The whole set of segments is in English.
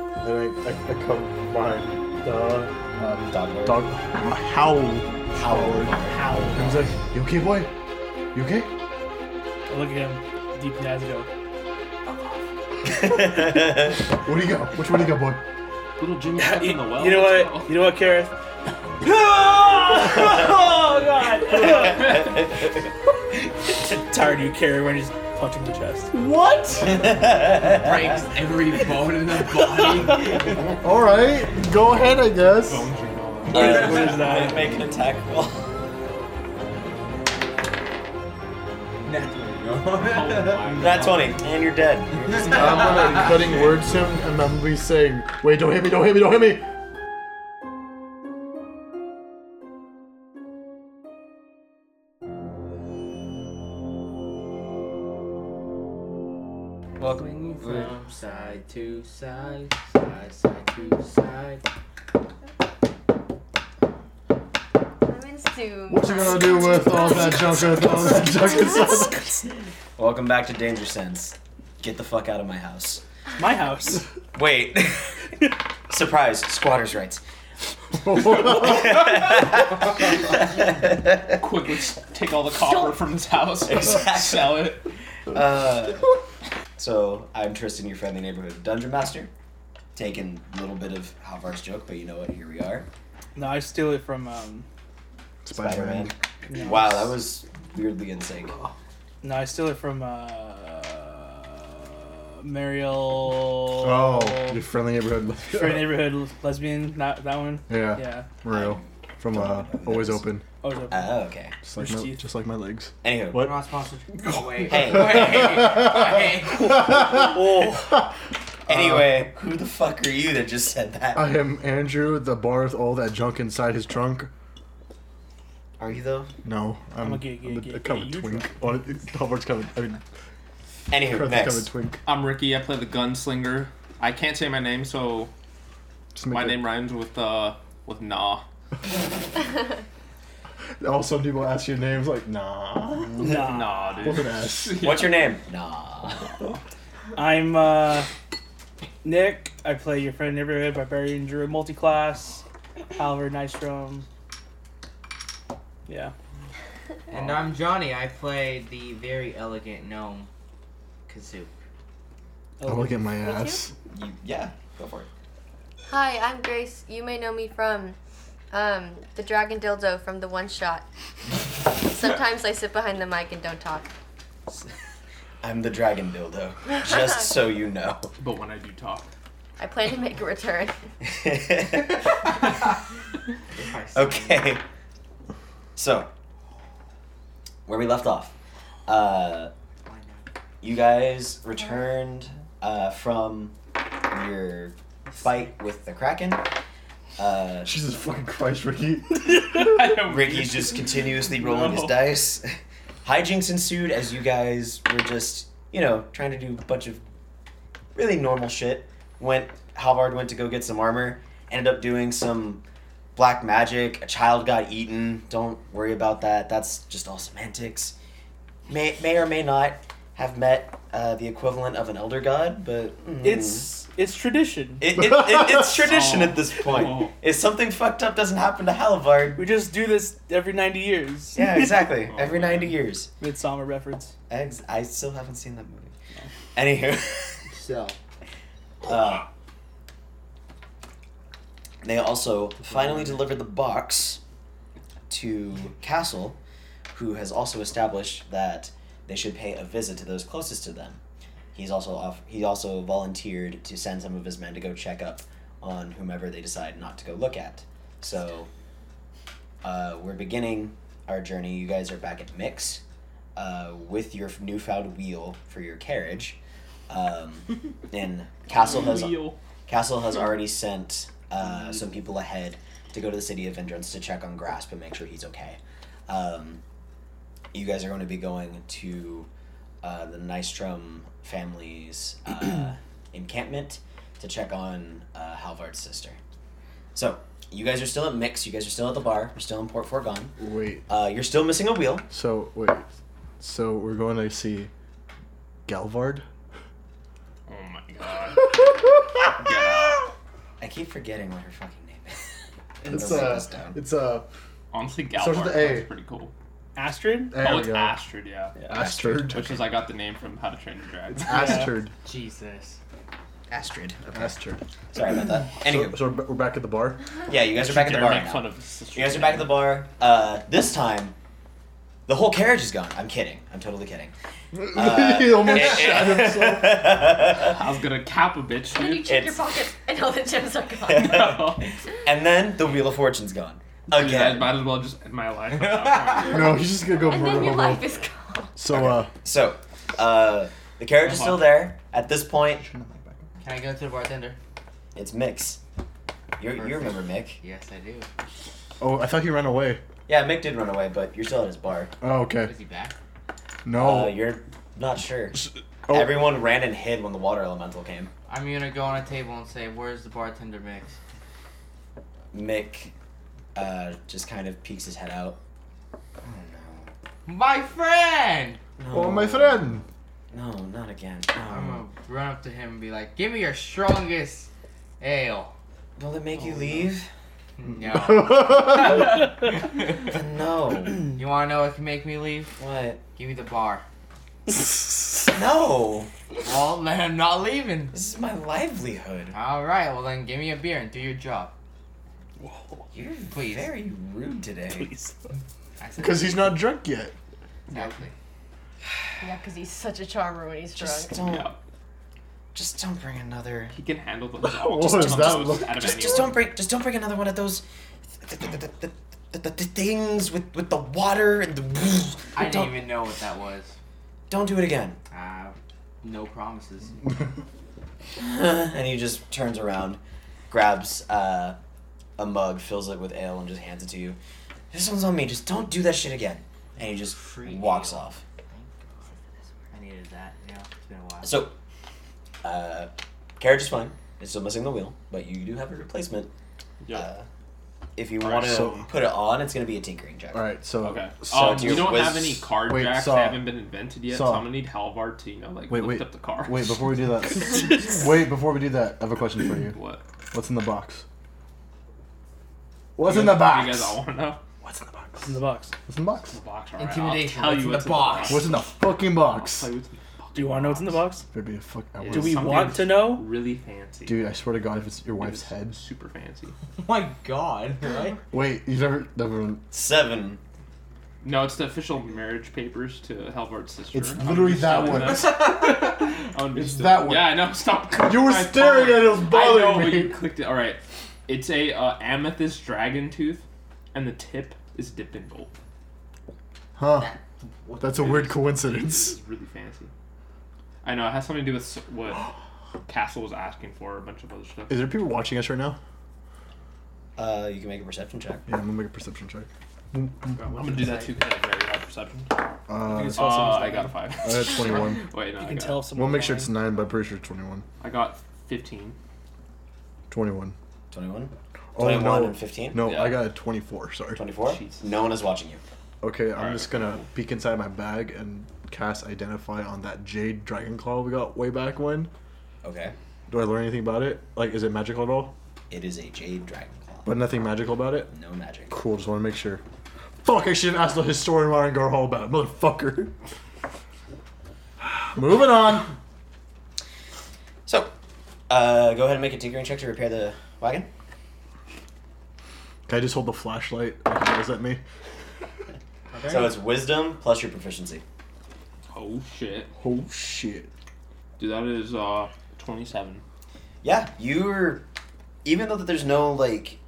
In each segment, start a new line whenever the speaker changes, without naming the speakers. a, a combined dog.
Uh, dog.
Dog Um, howl.
Howard.
How?
I was like, you okay, boy? You okay?
I look at him deep in the eyes and go,
What do you got? Which one do you got, boy?
Little Jimmy stuck
you,
in the well.
you know what? You know what, Kareth?
Oh god!
Tired you, Karen, when he's punching the chest.
what?
Breaks every bone in the body.
All right, go ahead, I guess.
Bones are gone.
is- what is that?
I'm gonna make an attack roll. Nat 20, and you're dead.
I'm gonna cutting words him, and I'm gonna be saying, "Wait, don't hit me! Don't hit me! Don't hit me!"
Welcome
from side to side, side, side to side.
I'm in Zoom.
What you gonna do with all that junk? With all that junk inside?
Welcome back to Danger Sense. Get the fuck out of my house.
My house.
Wait. Surprise, squatters' rights.
Quick, let's take all the copper from this house and
Exactly.
sell it.
Uh, so I'm Tristan, your friendly neighborhood dungeon master. Taking a little bit of Halvar's joke, but you know what? Here we are.
No, I steal it from um.
Spider Man. Wow, that was weirdly in sync.
No, I steal it from uh. Mariel.
Oh, your friendly neighborhood.
Straight neighborhood lesbian. Not that one.
Yeah,
Yeah.
real. From uh, always open,
Oh, it's open.
Oh, okay.
just like my, just like my legs.
Anywho.
What?
Wait.
Hey.
Uh,
Anyway, who the fuck are you that just said that?
I am Andrew, the bar with all that junk inside his trunk.
Are you though?
No, I'm,
I'm a gay, gay,
I'm a,
gay,
a covered
gay, you
twink. On it, Halvard's covered. I mean,
Anywho,
Kurt's covered
next.
twink.
I'm Ricky. I play the gunslinger. I can't say my name, so
Just make
my
it-
name rhymes with uh with nah.
Also, people ask your names like, nah.
Nah.
Nah,
Look at
dude.
us.
What's your name? Nah.
I'm uh, Nick. I play your friend neighborhood barbarian druid multi-class. Halvard Nystrom. Yeah.
And I'm Johnny. I play the very elegant gnome, Kazoo.
I'll look at my
too.
ass.
You, yeah, go for it.
Hi, I'm Grace. You may know me from um, the Dragon Dildo from the One Shot. Sometimes I sit behind the mic and don't talk.
I'm the dragon dildo. Just so you know.
But when I do talk,
I plan to make a return.
okay. So, where we left off, uh, you guys returned uh, from your fight with the Kraken. Uh,
Jesus fucking Christ, Ricky.
I don't.
Ricky's just continuously rolling his dice. Hijinks ensued as you guys were just, you know, trying to do a bunch of really normal shit. Went Halvard went to go get some armor, ended up doing some black magic, a child got eaten. Don't worry about that. That's just all semantics. May may or may not have met uh, the equivalent of an elder god, but mm,
It's it's tradition.
it, it, it- it's tradition
Oh.
at this point.
Oh.
If something fucked up doesn't happen to Halvard,
We just do this every 90 years.
yeah, exactly.
Oh,
Every
man.
90 years.
Midsummer reference.
Eggs. I still haven't seen that movie. Anywho,
So,
uh, they also finally delivered the box to Castle, who has also established that they should pay a visit to those closest to them. He's also off, he also volunteered to send some of his men to go check up on whomever they decide not to go look at. So uh, we're beginning our journey. You guys are back at Mix uh, with your newfound wheel for your carriage. Um, and Castle has
Wheel.
Castle has already sent uh, some people ahead to go to the city of Vendrance to check on Grasp and make sure he's okay. Um, you guys are going to be going to uh, the Nystrom family's uh, encampment to check on uh, Halvard's sister. So, you guys are still at Mix. You guys are still at the bar. You're still in Port Forgone.
Wait,
Uh, you're still missing a wheel.
so, wait. So, we're going to see Galvard?
Oh my god. Get out.
I I keep forgetting what her fucking name is.
It's
They'll write
uh,
this down.
it's uh,
Honestly,
Starts
Galvard
with
is
A.
pretty cool.
Astrid?
there
oh,
we
it's
go.
Astrid, yeah.
Astrid.
Which is I got the name from How to Train Your Dragon.
It's Astrid.
Jesus.
Astrid. Okay.
Astrid.
Sorry about that.
So,
Anywho,
so we're, we're back at the bar.
yeah, you guys are back at the bar.
Make
now.
fun of his
You guys are back at the bar. Uh, this time, the whole carriage is gone. I'm kidding. I'm totally kidding. Uh,
he almost
it- it-
shot himself.
I was gonna cap a bitch,
And then you
dude.
check your
It's-
pockets, and all the gems are gone.
No.
and then the Wheel of Fortune's gone.
Dude, I
Again.
might as well just end my life. at that point.
No, he's just gonna go
and
murder
then your
hobo.
life is gone.
So uh,
So, uh, the carriage is
Uh-huh.
still there. At this point,
Can I go to the bartender?
it's Mick's. you you remember Mick.
Yes, I do.
oh, I thought he ran away.
Yeah, Mick did run away, but you're still at his bar.
Oh, okay.
Is he back?
No.
Uh, you're not sure.
oh,
Everyone ran and hid when the water elemental came.
I'm gonna go on a table and say, "Where's the bartender mix?"
Mick uh, just kind of peeks his head out. Oh,
My friend.
no.
oh, my friend.
No, not again. Um,
I'm
No.
gonna run up to him and be like, "Give me your strongest ale."
Will it make you leave?
No.
Then no.
you wanna know what can make me leave?
what?
Give me the bar.
No.
Well, then I'm not leaving.
This is my livelihood.
All right. Well, then give me a beer and do your job.
You're
Please.
very rude today.
I said-
Because he's not drunk yet.
exactly.
yeah, because he's such a charmer when he's drunk.
Just don't.
Yeah.
Just don't bring another.
He can handle those.
What was that look?
Just, just don't bring. Just don't bring another one of those. th- th- th- th- th- th- th- th- things with with the water and the.
I didn't
Don't-
even know what that was.
Don't do it again.
Uh, no promises.
and he just turns around, grabs uh, a mug, fills it with ale, and just hands it to you. This one's on me. Just don't do that shit again. And he just
Free
walks
ale.
off.
I needed that. You know, it's been a while.
So, uh, carriage is fine. It's still missing the wheel, but you do have a replacement.
Yeah.
Uh, if you
Alright,
want to
so-
put it on, it's going to be a tinkering check.
All right. So.
Okay.
so-
Um,
do
we
you-
don't
was-
have any card
wait,
jacks
saw.
that haven't been invented yet,
Saw.
so I'm gonna need Halvard to, you know, like
Wait,
lift
wait.
up the car.
Wait before we do that. wait before we do that. I have a question for you.
What?
What's in the box? What's
You
in the
guys- You
box?
guys all wanna know?
What's in the box?
In the box.
What's in the box?
The box, alright.
Intimidation,
I'll tell
what's
you
in the
what's
box?
What's in the fucking box?
I'll tell
There'd
you what's in the box.
Do you want to know what's in the box?
be a fuck. I
It
want-
is
Do we
something
want to know?
Really fancy.
Dude, I swear to God, if it's your wife's
It's
head.
Super fancy.
Oh my God. Right?
Wait, you've never, never.
Seven.
No, it's the official marriage papers to Halvard's sister.
It's
I would
literally
be
that
stealing
one.
those. I would be
It's
stealing-
that one.
Yeah, I know. Stop.
You were
my
staring
phone.
at it, it was
I
bothering
know, but
me.
you clicked it. All right. It's a uh, amethyst dragon tooth, and the tip is dipped in gold.
Huh?
What
That's a weird coincidence.
This is really fancy. I know. It has something to do with s- what Castle was asking for, a bunch of other stuff.
Is there people watching us right now?
Uh, you can make a perception check.
Yeah, I'm gonna make a perception check.
I'm gonna do that too because I have very high perception.
Uh,
It's also just
Uh, I
like-
got a five.
I had 21.
Wait, no,
You
I
can
got,
tell someone.
We'll make sure it's 9, but I'm pretty sure it's 21.
I got fifteen.
21.
21?
Oh,
21
no.
and 15?
No,
Yeah.
I got a 24, sorry.
24?
Jesus.
No one is watching you.
Okay, I'm
Alright.
just gonna peek inside my bag and cast Identify on that Jade Dragon Claw we got way back when.
Okay.
Do I learn anything about it? Like, is it magical at all?
It is a jade dragon claw.
But nothing magical about it?
No magic.
Cool, just wanna make sure. Fuck, I shouldn't ask the historian Ryan Garhall about it, motherfucker. Moving on.
So, uh, go ahead and make a tinkering check to repair the wagon.
Can I just hold the flashlight? Like, yells at me.
So it's wisdom plus your proficiency.
Oh shit.
Oh shit.
Dude, that is uh twenty-seven.
Yeah, you're. Even though that there's no like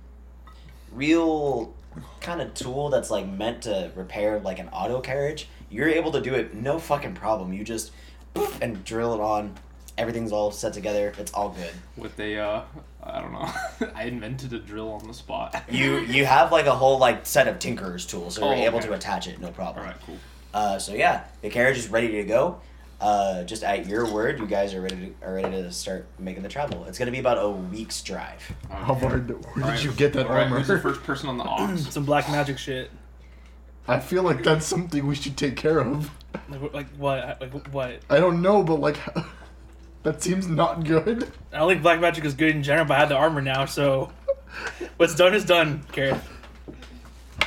real kind of tool that's like meant to repair like an auto carriage, you're able to do it no fucking problem. You just poof and drill it on. Everything's all set together. It's all good.
with a uh I don't know. I invented a drill on the spot.
You you have like a whole like set of tinkerer's tools, so you're
Oh,
able
okay.
to attach it no problem.
Alright, cool.
Uh, so yeah, the carriage is ready to go. Uh, just at your word, you guys are ready to, are ready to start making the travel. It's gonna be about a week's drive.
How far? Where did
Alright.
you get that
Alright,
armor?
who's the first person on the ox?
Some black magic shit.
I feel like that's something we should take care of.
Like, wh- like what? Like what?
I don't know, but like, That seems not good.
I don't think black magic is good in general, but I have the armor now, so what's done is done, Gareth.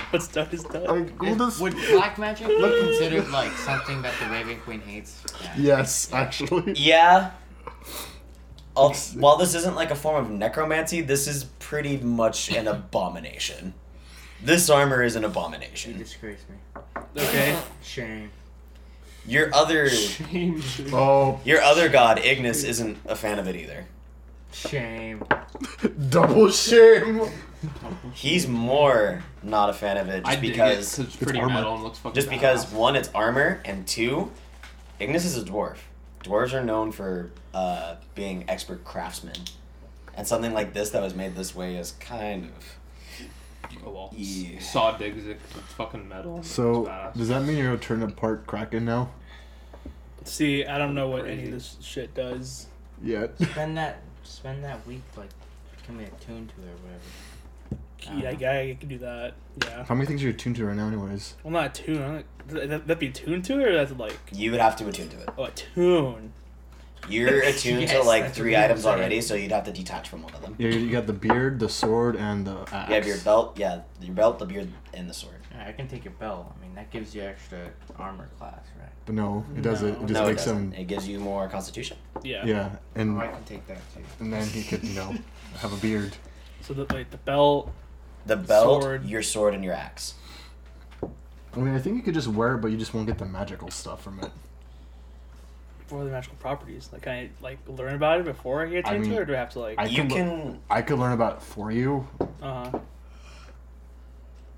What's done is done.
Like, we'll just-
Would black magic be considered like something that the Raven Queen hates?
Yes, actually.
Yeah. Al- While this isn't like a form of necromancy, this is pretty much an abomination. This armor is an
You
abomination.
disgrace me.
Okay.
Shame.
Your other
Shame.
Oh,
your other god, Ignis, isn't a fan of it either.
Shame.
double shame.
He's more not a fan of it
I
just
dig
because
it. It's pretty
armor.
metal and looks fucking.
just because
badass.
one, it's armor, and two, Ignis is a dwarf. Dwarves are known for uh, being expert craftsmen, and something like this that was made this way is kind of
Oh, well.
Yeah.
Saw digs it. 'cause It's fucking metal. and
So,
it's badass.
does that mean you're gonna turn apart Kraken now?
See, I don't know what any of this shit does.
Yet.
Spend that spend that week like becoming attuned to it or whatever.
Yeah, I, I can do that. Yeah.
How many things are you tuned to right now, anyways?
Well, not attuned. I don't- th- That that be attuned to it, or that's like
you would have to attune to it.
oh attune.
You're attuned to
Yes,
like
that's
three
what I'm
items
saying.
already, so you'd have to detach from one of them.
Yeah, you got the beard, the sword, and the axe.
You have your belt, yeah, your belt, the beard, and the sword.
Alright, I can take your bell. I mean that gives you extra armor class, right?
But no, it doesn't.
No.
It just
no, it
makes
doesn't.
him.
It gives you more constitution.
Yeah.
Yeah,
Oh,
and
I can take that too.
and then he could you know have a beard.
So the like the belt.
The belt,
Sword.
your sword, and your axe.
I mean, I think you could just wear it, but you just won't get the magical stuff from it.
What are the magical properties? Like, can I like learn about it before I get
I
attuned
mean,
to it, or do I have to like?
I
You
could, le-
can.
I could learn about it for you.
Uh huh.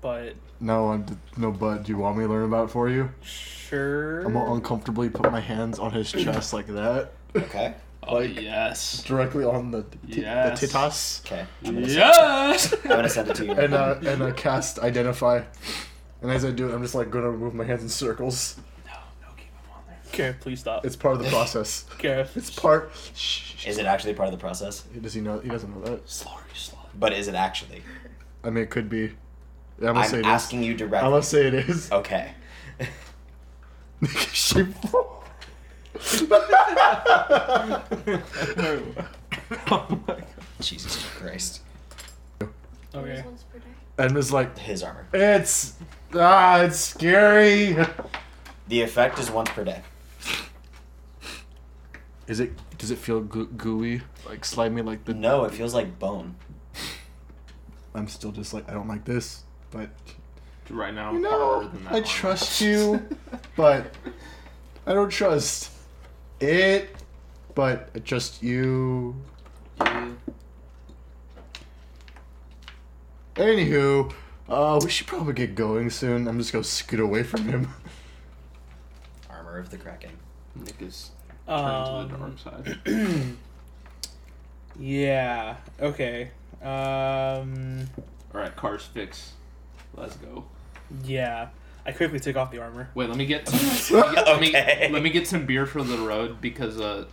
But
No, I'm d- no, bud. Do you want me to learn about it for you?
sure.
I'm gonna uncomfortably put my hands on his chest like that,
Okay.
Oh, yes.
directly on the t-
Yes.
the titas,
Okay. I'm gonna,
Yes.
I'm gonna send it to you.
and uh, and uh, cast identify. And as I do it, I'm just like gonna move my hands in circles.
Gareth, please stop.
It's part of the process.
Gareth,
It's part. Shh, shh,
Is it actually part of the process?
shh. Does he know? He doesn't know that.
But is it actually?
I mean, it could be. I'm gonna say
I'm
it is.
asking you
I'm
directly.
gonna say it is.
Okay.
Shameful.
Jesus Christ.
Okay.
and was like,
His armor.
it's ah, it's scary.
The effect is once per day.
Is it? Does it feel goo- gooey, like slimy, like the?
No, it feels like bone.
I'm still just like I don't like this, but
right now,
you
I'm harder
know,
than that
I
one.
trust you, but I don't trust it. But I trust you.
You
Anywho, uh, we should probably get going soon. I'm just gonna scoot away from him.
Armor of the Kraken.
Nick is turned to the
Um,
dark side.
yeah. Okay. Um.
All right, cars fix. Let's go.
Yeah. I quickly took off the armor.
Wait, let me get. let me
Okay.
let me get some beer for the road because uh,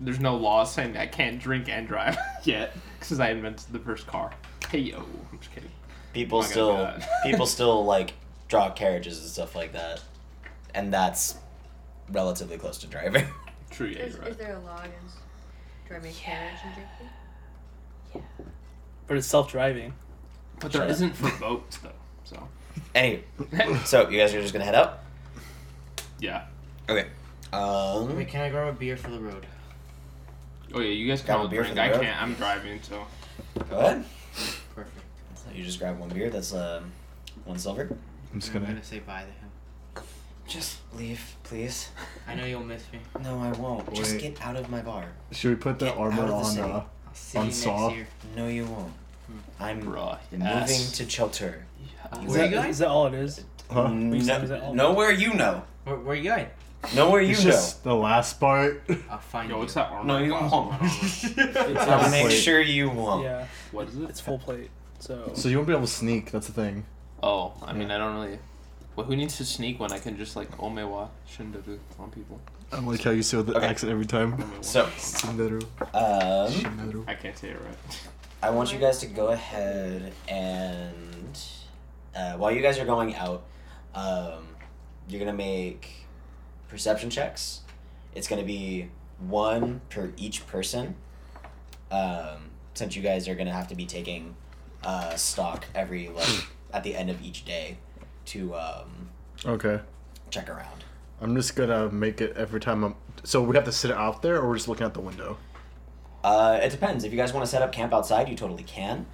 there's no law saying I can't drink and drive yet because I invented the first car. Hey yo, I'm just kidding.
People
I'm not
still
gonna do that.
people still like draw carriages and stuff like that. And that's relatively close to driving.
True, yeah,
Is,
you're right.
is there a law against driving a carriage and drinking?
But it's self-driving.
But there
Shut up.
isn't for boats though. So
anyway, so you guys are just gonna head out?
yeah.
Okay. Um
wait, can I grab a beer for the road?
Oh yeah, you guys can
Grab a
all
beer for
drink.
the
I
road.
can't. I'm driving, so
go ahead.
Perfect.
So you just grab one beer, that's um one silver.
I'm just
I'm
gonna.
gonna say bye to him.
Just leave, please.
I know you'll miss me.
No, I won't. Just
Wait.
get out of my bar.
Should we put the
Get out
armor
of the
on?
city.
Uh,
I'll see
On
you
saw.
next year.
No you won't. I'm
bruh.
moving
Yes.
to Chelter.
Yes.
Is
Where
that,
you going?
is that all it is?
huh?
Please, is it
Mm, No,
all-
nowhere you know.
Where, where you going?
Nowhere you
It's
know.
just the last part.
I'll find
Yo,
you.
what's that armor?
No, you
class
won't.
on that armor?
I'll
Full
make
plate.
sure you won't.
Yeah.
what is
It's
it?
full plate. So.
So you won't be able to sneak. That's the thing.
Oh, I mean, I don't really. Well, who needs to sneak when I can just like omewa shindabu on people?
I don't like how you say the
Okay.
accent every time.
Omewa.
So,
Shinderu.
um,
Shinderu.
I can't say it right.
I want you guys to go ahead and uh, while you guys are going out, um, you're gonna make perception checks. It's gonna be one per each person, um, since you guys are gonna have to be taking uh, stock every like at the end of each day to um,
Okay.
check around.
I'm just gonna make it every time I'm. So we have to sit out there, or we're just looking out the window.
Uh, it depends. If you guys want to set up camp outside, you totally can.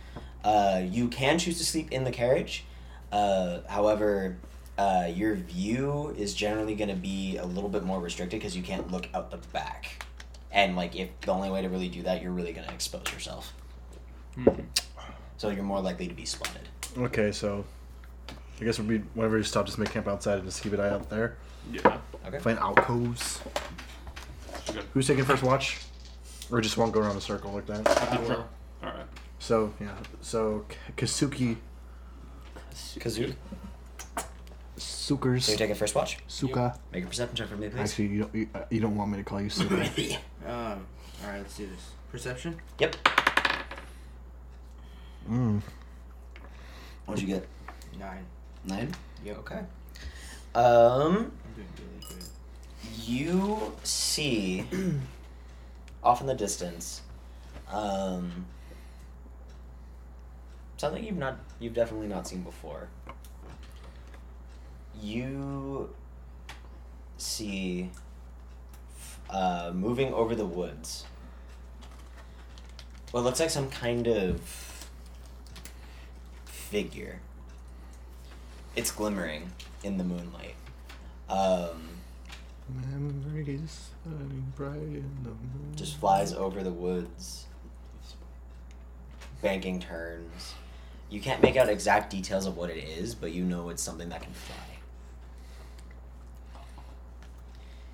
Uh, you can choose to sleep in the carriage. Uh, however, uh, your view is generally going to be a little bit more restricted because you can't look out the back. And like, if the only way to really do that, you're really going to expose yourself. So you're more likely to be spotted.
Okay, so I guess we'll be whenever you stop, just make camp outside and just keep an eye out there.
Yeah.
Find alcoves.
Good.
Who's taking first watch? Or just won't go around a circle like that.
I will. All right.
So yeah. So K- Kasuki
Kazoo. So you
Sukers
take a first watch.
Suka.
Make a perception check for me, please.
Actually, you don't you, uh, you don't want me to call you Suka.
Um, all right, let's do this. Perception.
Yep.
mm.
What'd you get?
Nine.
Nine.
Yep.
Okay. Um,
I'm doing really good.
you see off in the distance um, something you've not you've definitely not seen before you see uh, moving over the woods what looks like some kind of figure it's glimmering in the moonlight um,
Memories shining bright in the moon.
just flies over the woods, banking turns. You can't make out exact details of what it is, but you know it's something that can fly.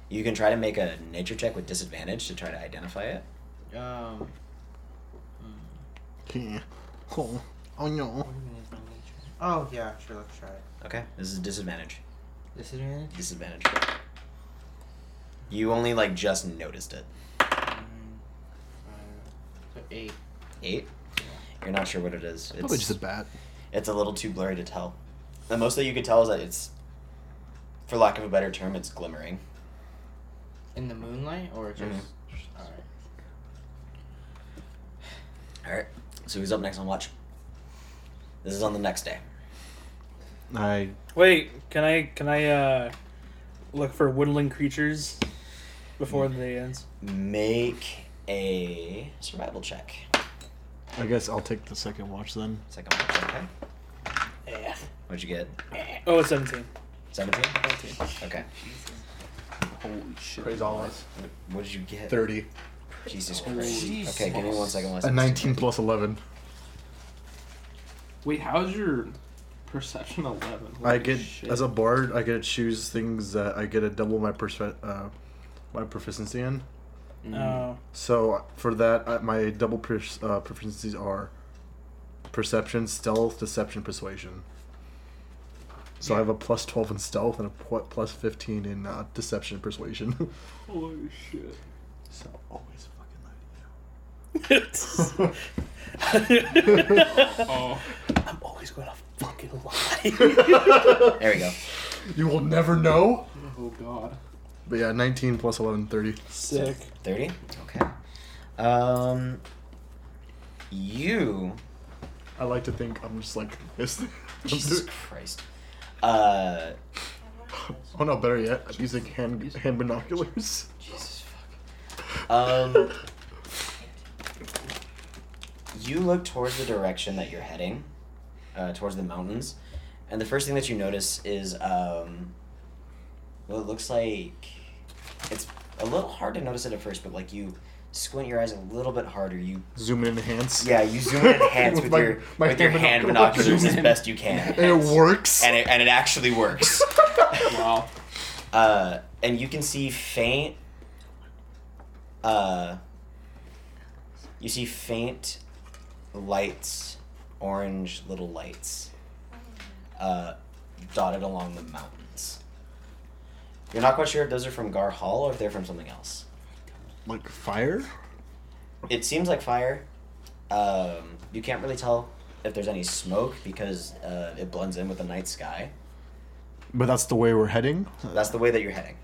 You can try to make a nature check with disadvantage to try to identify it.
Um.
Yeah. Oh, oh no.
what do you mean it's my nature? Oh yeah, sure. Let's try it.
Okay, this is disadvantage.
This is it.
Disadvantage. You only like just noticed it.
Nine, five, so eight.
Eight. You're not sure what it is. It's
Probably just a bat.
it's a little too blurry to tell. The most that you could tell is that it's, for lack of a better term, it's glimmering.
In the moonlight or just?
Mhm.
Mm-hmm.
All right.
All right. So who's up next on watch? This is on the next day.
I
Wait, can I can I uh look for woodland creatures before the day ends?
Make a survival check.
I guess I'll take the second watch then.
Second watch, okay? What'd you get?
Oh, it's seventeen.
Seventeen. Okay.
Holy shit.
Praise all us.
What did you get?
Thirty.
Jesus Christ. Okay, give me one second. While I
A
set this
nineteen plus eleven.
Wait, how's your perception 11?
I get as a bard, I get to choose things that I get to double my perspe- uh, my proficiency in.
Mm.
Oh,
So uh, for that, I, my double per- uh, proficiencies are perception, stealth, deception, persuasion. So I have a plus twelve in stealth and a pl- plus fifteen in uh, deception, and persuasion.
Oh, Holy shit.
so always fucking
Oh.
I'm always gonna fucking lie.
one. There we go.
You will never know.
Oh god.
But yeah, nineteen plus 11, 30.
Sick.
Thirty. Okay. Um. You.
I like to think I'm just like this.
Jesus Christ. Uh.
oh no, better yet, I'm using hand hand binoculars.
Jesus fuck. Um, you look towards the direction that you're heading, uh, towards the mountains, and the first thing that you notice is um, well, it looks like it's a little hard to notice it at first, but like you squint your eyes a little bit harder. You
Zoom in, enhance.
yeah, you zoom in and enhance
With
with,
my-
your
my
with your hand
hand
binoculars as
binoculars.
best you can,
And it works.
and it and it actually works.
Wow.
uh, and you can see faint. Uh, you see faint lights, orange little lights, uh, dotted along the mountains. You're not quite sure if those are from Gar Hall or if they're from something else.
like fire?
It seems like fire. Um, you can't really tell if there's any smoke because uh, it blends in with the night sky.
But that's the way we're heading.
That's the way that you're heading.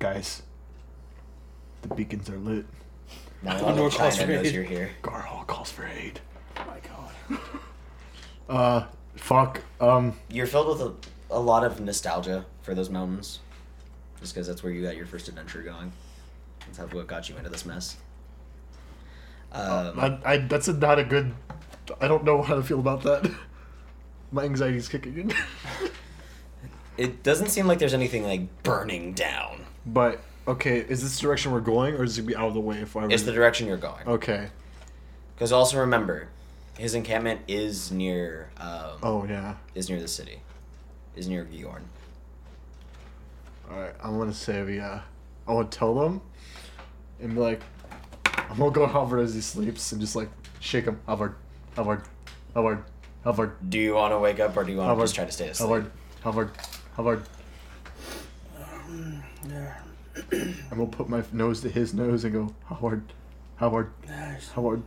Guys, The beacons are lit.
Now
Gondor
all of
calls
China
for
knows
aid.
you're here.
Garhol calls for aid.
Oh my god.
Uh, fuck. Um,
You're filled with a, a lot of nostalgia for those mountains, just because that's where you got your first adventure going. That's how what got you into this mess. Um,
I, I, that's a, not a good. I don't know how to feel about that. My anxiety's kicking in.
it doesn't seem like there's anything like burning down.
but okay, is this the direction we're going, or is it gonna be out of the way if I?
It's the direction you're going.
okay.
Because also remember, his encampment is near um,
Oh yeah.
is near the city, is near Giorn.
All right. I'm gonna say we. Uh, I want to tell them, and be like, I'm gonna go hover as he sleeps and just like shake him. Hover, hover, hover, hover,
Do you want to wake up or do you want to
hover.
just try to stay asleep?
Hover, hover, hover.
Yeah.
I'm gonna put my nose to his nose and go Howard, Howard,
Nice.
Howard,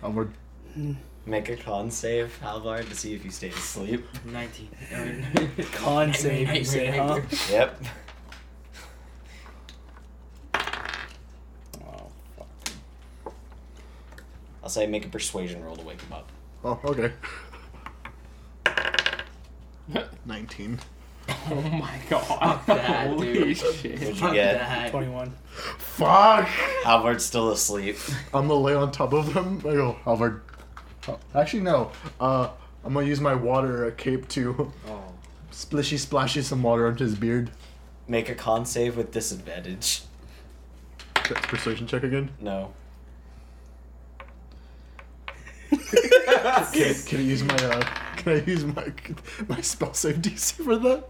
Howard.
Make a con save, Halvard, to see if you stay asleep.
19.
Con save, you say, huh?
Yep.
Oh, fuck.
I'll say make a persuasion roll to wake him up.
Oh, okay. Nineteen.
Oh my god.
Fuck that,
Holy
dude.
shit.
What'd you get?
that.
21.
Fuck!
Halvard's still asleep.
I'm gonna lay on top of him. I go Howard. Ho- Actually, no. Uh, I'm gonna use my water uh, cape to
Oh.
splishy splashy some water onto his beard.
Make a con save with disadvantage.
That's persuasion check again.
No.
Can, can I use my uh, Can I use my my spell save DC for that?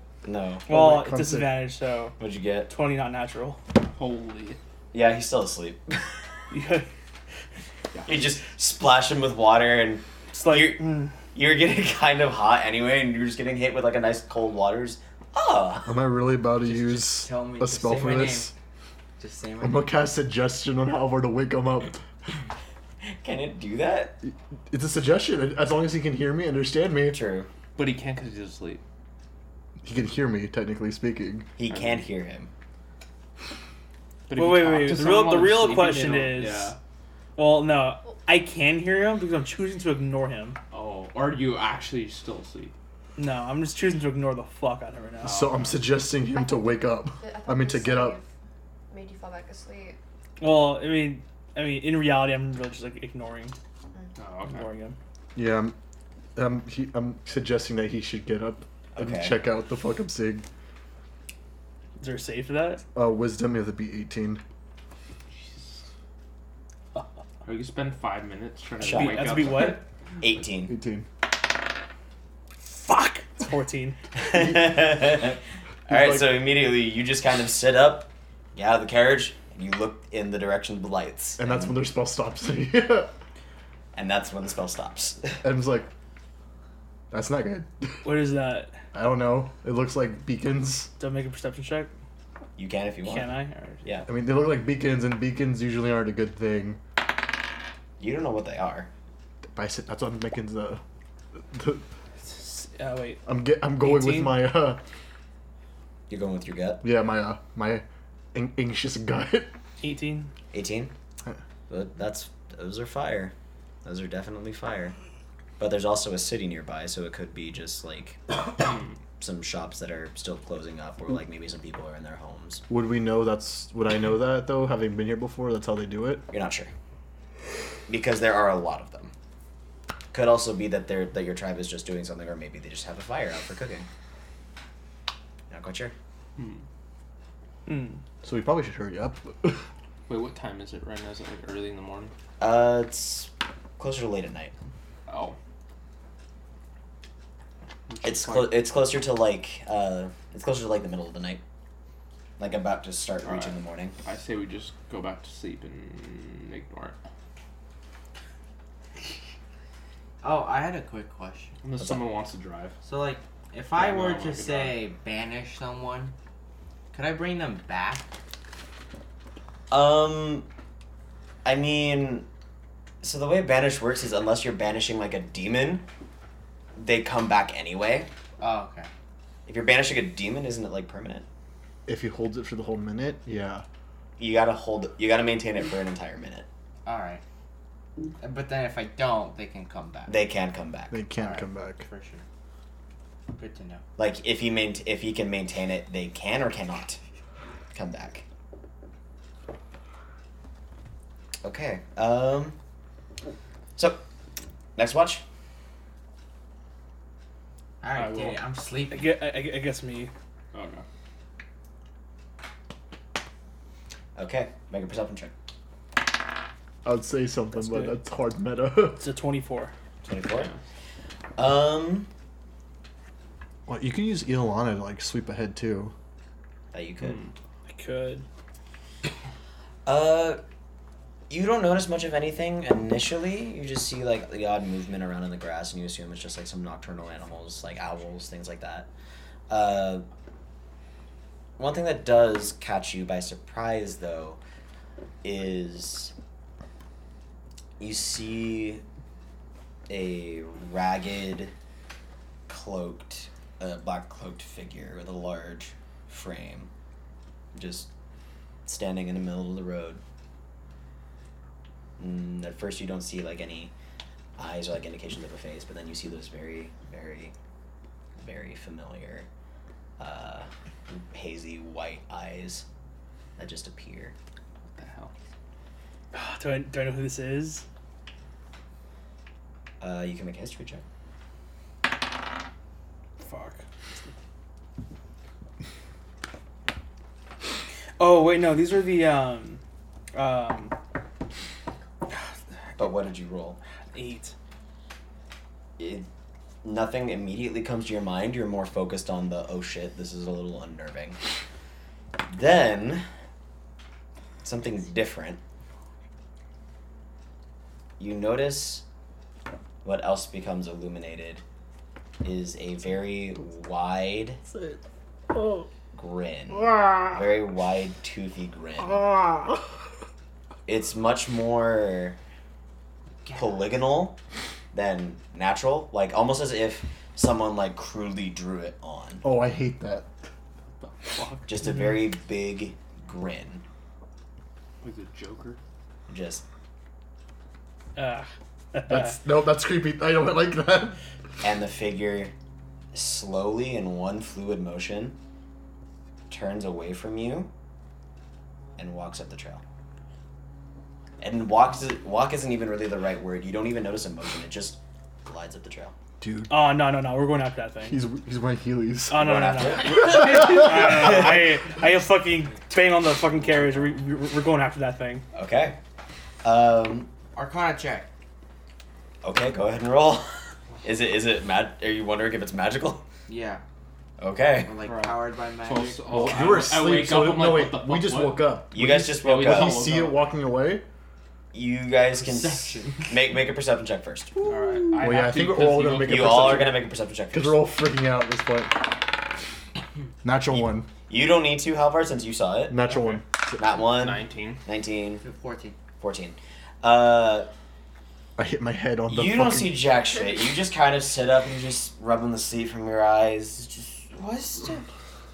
Oh,
No.
Well,
wait,
it's
con save.
disadvantage, so
What'd you get?
20 not natural.
Holy.
Yeah, he's still asleep.
Yeah.
you just splash him with water and
It's like,
You're-
mm,
you're getting kind of hot anyway and you're just getting hit with like a nice cold waters. Ah!
Am I really about to
Just-
use
just tell me-
a
just
spell
say
for
my
this?
Just say my
I'm gonna cast suggestion on Halvard to wake him up.
Can it do that?
It's a suggestion. As long as he can hear me, understand me,
True.
But he can't because he's asleep.
he can hear me. Technically speaking,
He can't hear him.
Wait,
But you
wait,
talk
wait,
to
the
someone
real- the
while they're
real
sleeping,
question is-
it'll- Yeah.
well, no, I can hear him because I'm choosing to ignore him.
Oh, are you actually still asleep?
No, I'm just choosing to ignore the fuck out of her now.
so I'm suggesting him to wake up. I mean, to get up.
Made you fall back asleep.
Well, I mean, I mean, in reality, I'm really just like ignoring,
Oh, okay.
ignoring him.
Yeah, I'm, I'm, he, I'm suggesting that he should get up and
Okay.
check out the fuck I'm seeing.
Is there a save for that?
Uh, wisdom, you have to be 18.
Are you gonna spend five minutes trying to
Shut
wake
up.
That's
up?
be what?
18.
18.
Fuck. It's 14.
All right, so immediately you just kind of sit up, get out of the carriage, and you look in the direction of the lights.
And that's when their spell stops. and
and that's when the spell stops.
I was like, that's not good.
what is that?
I don't know. It looks like beacons.
Do I make a perception check?
You can if you want.
Can I? Or-
Yeah.
I mean, they look like beacons, and beacons usually aren't a good thing.
You don't know what they are.
But I said, that's what I'm making the. the
S- Uh, wait.
I'm get, I'm going
18?
with my uh
You're going with your gut.
yeah my uh my an- anxious gut.
18.
18?
Huh.
But that's those are fire. Those are definitely fire. But there's also a city nearby, so it could be just like some shops that are still closing up, or like maybe some people are in their homes.
Would we know that's would I know that though? Having been here before, that's how they do it.
You're not sure. Because there are a lot of them. Could also be that they're that your tribe is just doing something, or maybe they just have a fire out for cooking. Not quite sure.
Hmm.
So we probably should hurry up.
Wait, what time is it right now? Is it like early in the morning?
Uh, it's closer to late at night.
Oh.
It's clo- it's closer to like uh, it's closer to like the middle of the night, like about to start
All
reaching
right.
the morning.
I say we just go back to sleep and ignore it.
Oh, I had a quick question.
Unless
What's
someone wants to drive.
So, like, if I
Yeah, no,
were
I wanna
to
get
say banish someone, could I bring them back?
Um, I mean, so the way banish works is unless you're banishing like a demon, they come back anyway.
Oh, okay.
If you're banishing a demon, isn't it like permanent?
if he holds it for the whole minute, yeah.
you gotta hold. You gotta maintain it for an entire minute.
All right. But then if I don't, they can come back.
They can come back.
They can't
Alright.
come back.
for sure. Good to know.
Like if he main, if he can maintain it, they can or cannot come back. Okay. Um. So, next watch.
All right,
I will.
dude, I'm
I
sleeping.
guess, I, I guess me.
Oh no.
Okay, make a perception check.
I'd say something,
That's
but
good.
that's hard meta.
It's a 24.
Twenty-four. Um.
well, you can use Iolana to like sweep ahead too.
That you could.
I could.
Uh, you don't notice much of anything initially. You just see like the odd movement around in the grass, and you assume it's just like some nocturnal animals, like owls, things like that. Uh, one thing that does catch you by surprise, though, is you see a ragged, cloaked, uh, black cloaked figure with a large frame, just standing in the middle of the road. Mm, at first, you don't see like any eyes or like indications of a face, but then you see those very, very, very familiar, uh, hazy white eyes that just appear.
What the hell?
Do I, do I know who this is?
Uh, you can make a history check.
Fuck. Oh, wait, no. These are the, um, um,
But what did you roll?
eight.
It, nothing immediately comes to your mind. You're more focused on the oh shit, this is a little unnerving. Then something different. You notice what else becomes illuminated is a very wide grin. Very wide toothy grin. It's much more polygonal than natural, like almost as if someone like crudely drew it on.
Oh, I hate that.
Just
Mm-hmm.
a very big grin.
Like the Joker.
Just
Ah.
That's no, that's creepy. I don't like that.
and the figure slowly in one fluid motion turns away from you and walks up the trail. And walks walk isn't even really the right word. You don't even notice emotion. It just glides up the trail.
Dude,
oh, no, no, no. We're going after that thing.
he's he's wearing
Uh,
Heelys.
Oh, no, no,
Going
no.
after
no.
it.
I, I, I fucking bang on the fucking carriage. We, we- we're going after that thing.
Okay. Um,
Arcana check.
okay, go ahead and roll. Is it is it mad? Are you wondering if it's magical?
Yeah,
Okay.
I'm like
Right.
powered by magic.
Close. Oh,
you were
I- I
asleep.
wake
So
up,
it-
I'm
no,
like,
wait,
what the
we
fuck,
just
what?
woke up.
You guys just woke
Yeah, we
Did
just
he
up.
woke
see
up.
it walking away?
You guys can s-
Perception.
make make a perception check first.
All right.
Well, yeah, I
have to
think we're
because
all
he
gonna
woke
make
up.
a
You all are
perception.
gonna make a perception check
Because
first.
we're all freaking out at this point. Natural one.
You don't need to, Halvar, since you saw it.
Natural one.
Not one.
Nineteen.
19,
Fourteen.
14. Uh,
I hit my head on the
you
fucking...
don't see jack shit. You just kind of sit up and just rubbing the sleep from your eyes. It's Just what's the,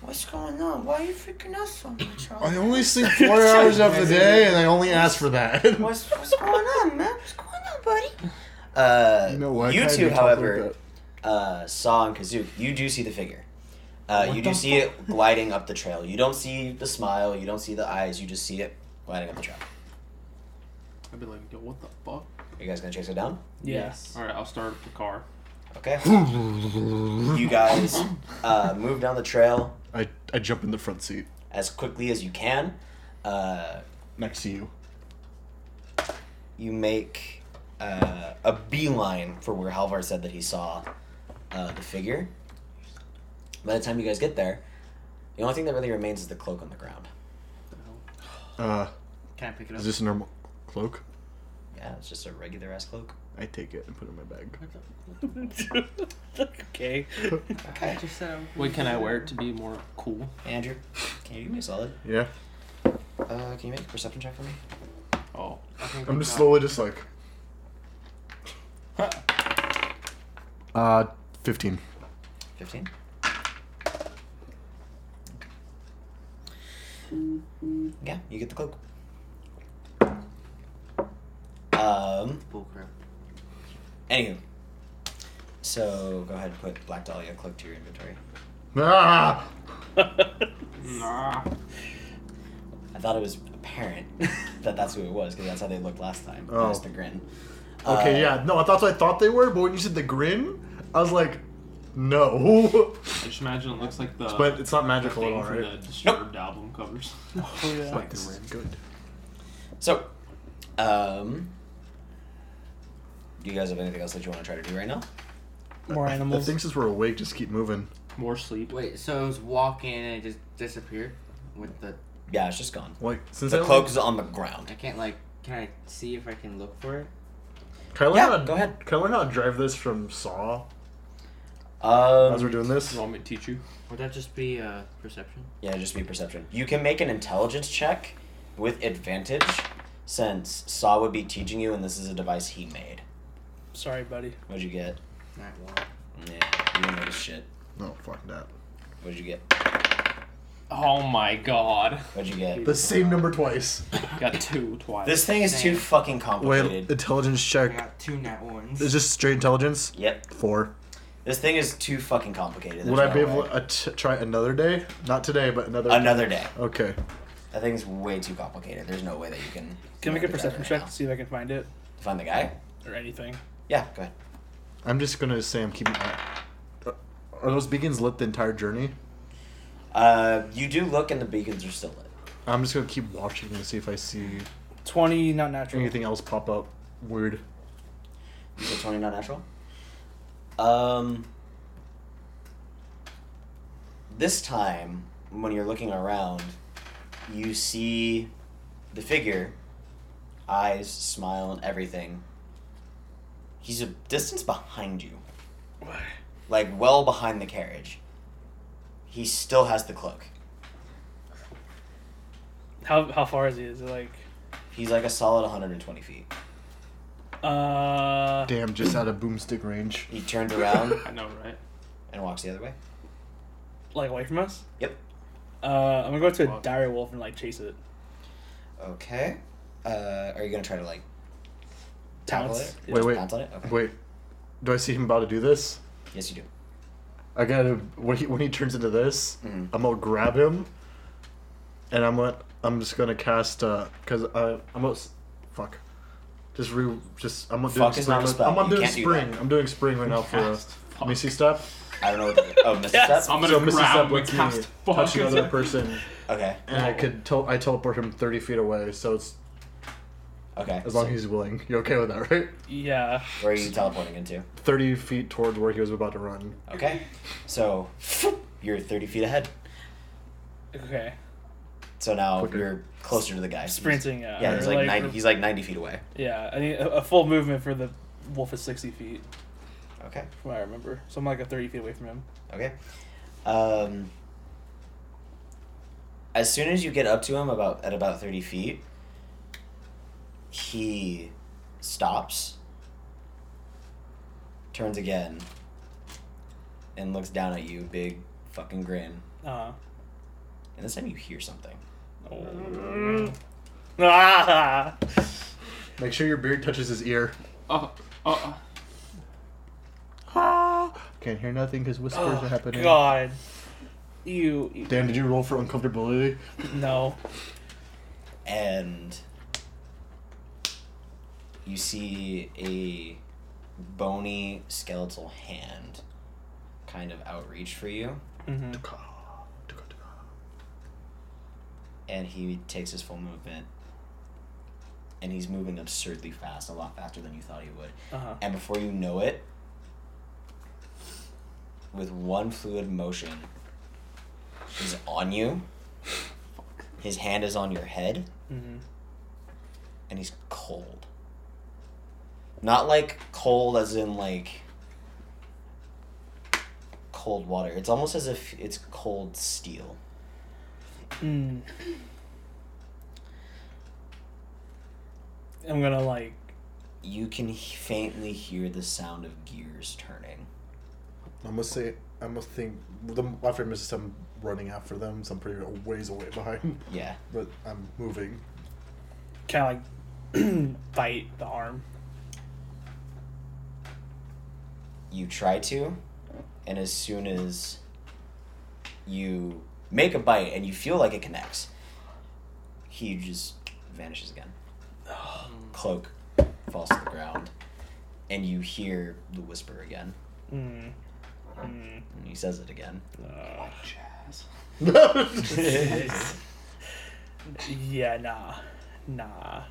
what's going on? Why are you freaking out so much,
I
Charlie?
only sleep four hours of the day, and I only ask for that.
What's what's going on, man? What's going on, buddy? Uh,
you know what?
you
Kinda
two,
talk
however,
like
uh, Saw and Kazook, you do see the figure. Uh, you do see it gliding up the trail. You don't see the smile. You don't see the eyes. You just see it gliding up the trail.
I'd be like, yo, what the fuck?
Are you guys gonna chase it down?
Yes.
All right, I'll start up the car.
Okay.
that.
You guys uh, move down the trail
I, I jump in the front seat
as quickly as you can. Uh,
next to you.
you make uh, a beeline for where Halvar said that he saw uh, the figure. By the time you guys get there, the only thing that really remains is the cloak on the ground.
Uh,
Can I pick it up?
is this a normal cloak?
Yeah, it's just a regular ass cloak.
I take it and put it in my bag.
okay.
I just said I would-
Wait, can I wear it to be more cool?
Andrew, can you do me a solid?
Yeah.
Uh, can you make a perception check for me?
Oh,
I'm just slowly just like. Uh, 15.
15. Yeah, you get the cloak. Um.
Bullcrap.
Anywho. So go ahead and put Black Dahlia cloak to your inventory.
Ah!
Nah.
I thought it was apparent that that's who it was because that's how they looked last time.
Oh.
It was the grin.
Okay,
Uh,
yeah. No, I thought I thought they were, but when you said the grin, I was like, no.
I just imagine it looks like the.
but it's not
the
magical at
thing
all,
from
right?
the Disturbed album covers.
Oh, yeah.
Like, this is good.
So, um, do you guys have anything else that you want to try to do right now?
More
I
animals.
think since we're awake, just keep moving.
More sleep.
Wait, so it was walking and it just disappeared with the.
Yeah, it's just gone.
Like since I
The
don't-
cloak is on the ground.
I can't like. Can I see if I can look for it?
Can I learn
Yeah,
how,
go ahead.
Can I learn how to drive this from Saw as we're
Um,
doing
Do
this?
you want me to teach you?
Would that just be uh, perception?
yeah, just be perception. You can make an intelligence check with advantage, since Saw would be teaching you, and this is a device he made.
Sorry, buddy.
What'd you get?
Not one.
Yeah, you didn't notice shit.
No, fuck that.
What'd you get?
Oh my god.
What'd you get?
The same number twice.
Got two twice.
This thing is too
Same.
fucking
Wait,
complicated.
intelligence
I
check.
got two nat ones.
Is this straight intelligence?
Yep,
Four.
this thing is too fucking complicated.
Would
There's
I be
no
able
way.
to uh, t- try another day? Not today, but another.
Another day.
Okay.
That thing's way too complicated. There's no way that you can.
Can I make a
do that
perception
right
check
now.
to see if I can find it
Find the guy.
or anything?
Yeah, go ahead.
I'm just gonna say I'm keeping. Are those beacons lit the entire journey?
Uh, you do look, and the beacons are still lit.
I'm just gonna keep watching and see if I see
Twenty, not natural.
anything else pop up. Weird.
You said twenty not natural. Um, this time when you're looking around, you see the figure, eyes, smile, and everything. He's a distance behind you, like well behind the carriage. He still has the cloak.
How how far is he? Is it like?
He's like a solid 120 feet.
Uh,
Damn, just out of boomstick range.
He turns around
I know, right?
and walks the other way.
like away from us.
Yep.
Uh, I'm gonna go to a
Wow.
dire wolf and like chase it.
Okay. Uh, are you gonna try to like tackle
Pounce.
it?
Wait, wait.
Pounce on it. Okay.
Wait, do I see him about to do this?
Yes, you do.
I gotta when he when he turns into this,
Mhm.
I'm gonna grab him, and I'm gonna I'm just gonna cast uh, cause I I'm gonna s- fuck, just re just I'm gonna do
Fuck
spring.
is not a spell.
I'm, I'm
You
doing
can't do
spring.
that.
I'm doing spring right now for
Cast
uh,
fuck.
Missy step.
I don't know what. The, oh, misstep.
Yes.
I'm
so
gonna
Missy
grab
step
and
lets me
cast fuck.
touch another person,
Okay.
and I could tel- I teleport him 30 feet away. So it's
Okay.
as long
so
as he's willing. You're okay with that, right?
Yeah.
where are you teleporting into?
30 feet towards where he was about to run.
Okay. So you're 30 feet ahead.
Okay.
So now
Quicker.
you're closer to the guy.
Sprinting. Yeah.
Yeah,
or,
he's like 90. He's like 90 feet away.
Yeah. I need a, a full movement for the wolf is sixty feet,
Okay.
from what I remember. So I'm like a thirty feet away from him.
Okay. Um, as soon as you get up to him about at about thirty feet, he stops, turns again, and looks down at you, big fucking grin.
Uh.
And this time you hear something.
Ah!
Make sure your beard touches his ear.
Oh, oh,
Can't hear nothing because whispers
Oh,
are happening.
God. You, you
Dan, did you roll for uncomfortability?
no.
and you see a bony skeletal hand kind of outreach for you
hmm
and he takes his full movement and he's moving absurdly fast a lot faster than you thought he would
Uh-huh.
and before you know it with one fluid motion he's on you his hand is on your head
hmm
and he's cold. Not like cold as in like cold water. It's almost as if it's cold steel.
Mm. I'm gonna like
You can he- faintly hear the sound of gears turning.
I'm gonna say I'm gonna think the, my frame is just I'm running after them, so I'm pretty a ways away behind,
Yeah.
but I'm moving.
Kind of like bite the arm.
You try to, and as soon as you make a bite and you feel like it connects, he just vanishes again. Cloak falls to the ground, and you hear the whisper again,
Mm. Mm.
and he says it again.
Uh,
That's
yeah, nah. Nah.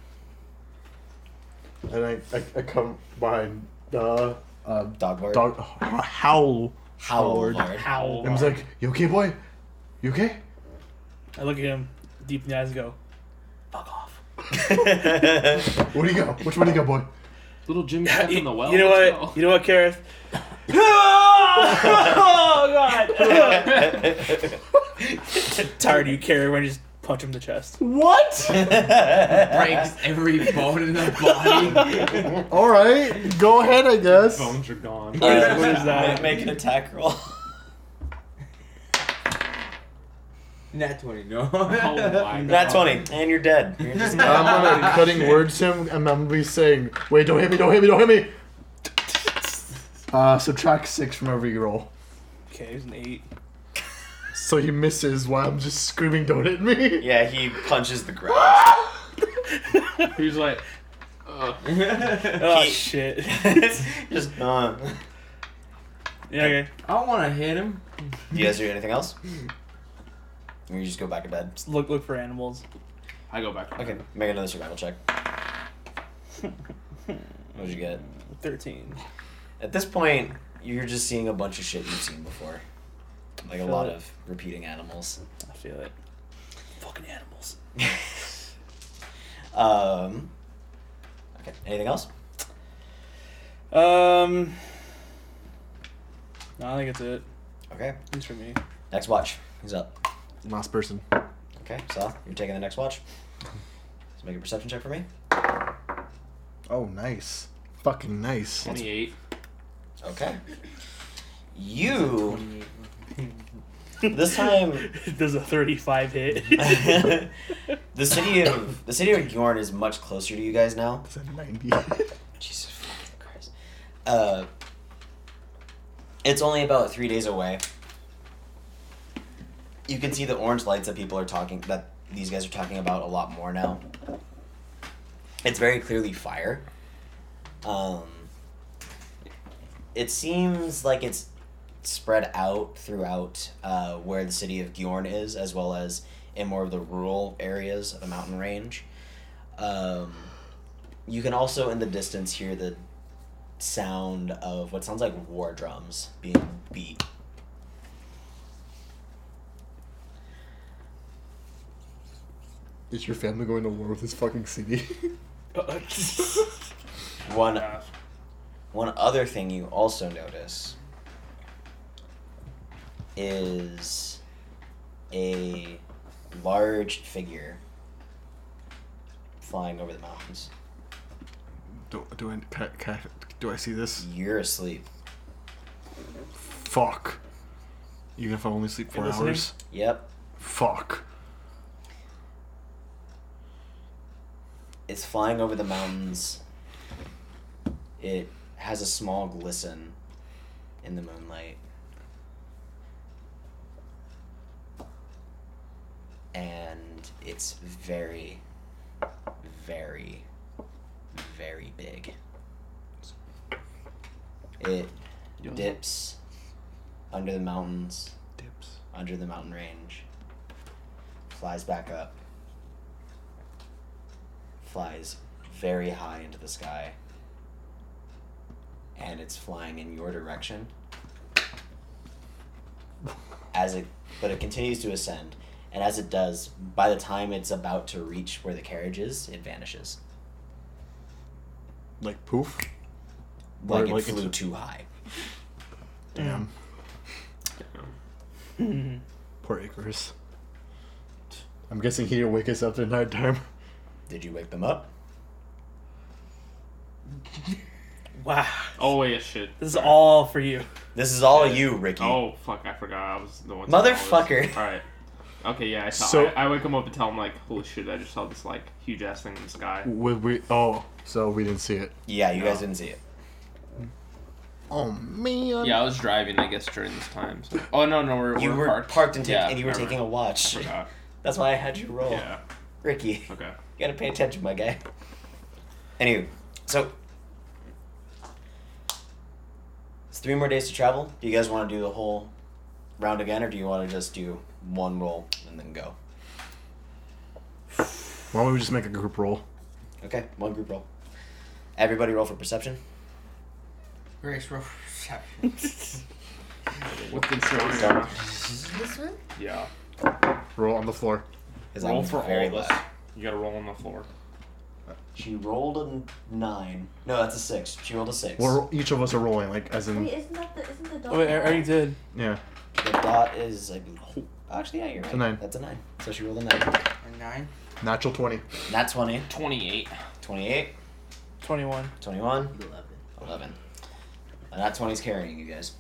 And I, I, I come behind uh, uh,
Dog word.
dog howl.
Howl
Howard.
Lord.
Ow.
And I was like, "You okay, boy? You okay?"
I look at him deep in the eyes and go, fuck off.
Where do you go? Which way do you go, boy?
Little Jimmy yeah,
You,
in the well.
you know
let's
what?
go.
You know what, Kareth? oh, God. Tired of you, Kareth. When I just punch him in the chest.
What?
Breaks every bone in the body.
All right, go ahead, I guess.
Bones are gone.
Uh,
What is that?
Make an attack roll.
Nat 20, no.
Oh my
Nat
God.
twenty, and you're dead. You're just
I'm gonna be cutting words to him, and I'm gonna be saying, "Wait, don't hit me! Don't hit me! Don't hit me!" Uh, subtract six from every roll.
Okay, there's an eight.
So he misses while I'm just screaming, "Don't hit me!"
Yeah, he punches the ground.
He's like, uh,
Oh,
He-
shit.
just uh.
Yeah, okay.
I don't want to hit him.
Do you guys do anything else? Or you just go back to bed.
Look, look for animals.
I go back.
Okay, make another survival check. What'd you get?
13.
At this point, you're just seeing a bunch of shit you've seen before, like a lot
Sure.
of repeating animals.
I feel it. Fucking animals.
Um, okay, anything else?
Um. No, I think it's it.
Okay,
At least for me.
next watch. Who's up?
Last person.
Okay, so you're taking the next watch. So make a perception check for me.
Oh, nice. Fucking nice.
Twenty-eight.
Okay. You this time
Does a 35 hit?
the city of the city of Yorn is much closer to you guys now.
It's a ninety.
Jesus fucking Christ. Uh, it's only about three days away. You can see the orange lights that people are talking that these guys are talking about a lot more now. It's very clearly fire. Um, it seems like it's spread out throughout uh, where the city of Giorn is, as well as in more of the rural areas of the mountain range. Um, you can also, in the distance, hear the sound of what sounds like war drums being beat.
Is your family going to war with this fucking city?
One, one other thing you also notice is a large figure flying over the mountains.
do, do I can, I- can I, do I see this?
You're asleep.
Fuck. Even if I only sleep four
You listening?
hours.
Yep,
Fuck.
it's flying over the mountains. It has a small glisten in the moonlight. And it's very, very, very big. It dips under the mountains,
Dips.
under the mountain range, flies back up, flies very high into the sky, and it's flying in your direction. As it, but it continues to ascend, and as it does, by the time it's about to reach where the carriage is, it vanishes.
Like poof.
Like
Right,
it
like
flew
it's-
too high.
Damn. Poor Icarus. I'm guessing he didn't wake us up at night time.
Did you wake them up?
wow.
Always shit. Oh,
This is all for you.
This is all you, Ricky.
Oh fuck! I forgot I was the one.
Motherfucker.
All right. Okay, yeah. I saw.
So-
I, I wake him up and tell him like, "Holy shit! I just saw this like huge ass thing in the sky."
We, we, oh, so we didn't see it.
Yeah, you guys didn't see it.
Oh man.
Yeah, I was driving. I guess during this time. So. Oh no, no, we're,
You
we're
were parked,
parked.
and, ta-
yeah,
and you were
remember.
taking a Oh. watch.
Forgot.
That's why I had you roll.
Yeah.
Ricky, you
Okay.
gotta pay attention, my guy. Anywho, so it's three more days to travel. Do you guys want to do the whole round again, or do you want to just do one roll and then go?
Why don't we just make a group roll?
Okay, one group roll. Everybody roll for perception.
Grace, roll perception.
With the insurance.
Sorry.
This one?
Yeah.
Roll on the floor.
'cause
Roll
I'm
for
very
all of us.
loud.
You gotta roll on the floor.
She rolled a n- nine. No, that's a six. She rolled a 6
We're each of us are rolling, like as
Oh,
in
Wait, isn't that the isn't the dog?
Oh, wait, I already did.
yeah.
The dot is, I believe.
Oh.
Actually, yeah, you're right.
a nine.
That's a nine. So she rolled a nine.
A nine.
Natural twenty.
Nat 20,
Twenty-eight.
28,
21.
21,
Eleven.
11. And that 20's carrying you guys.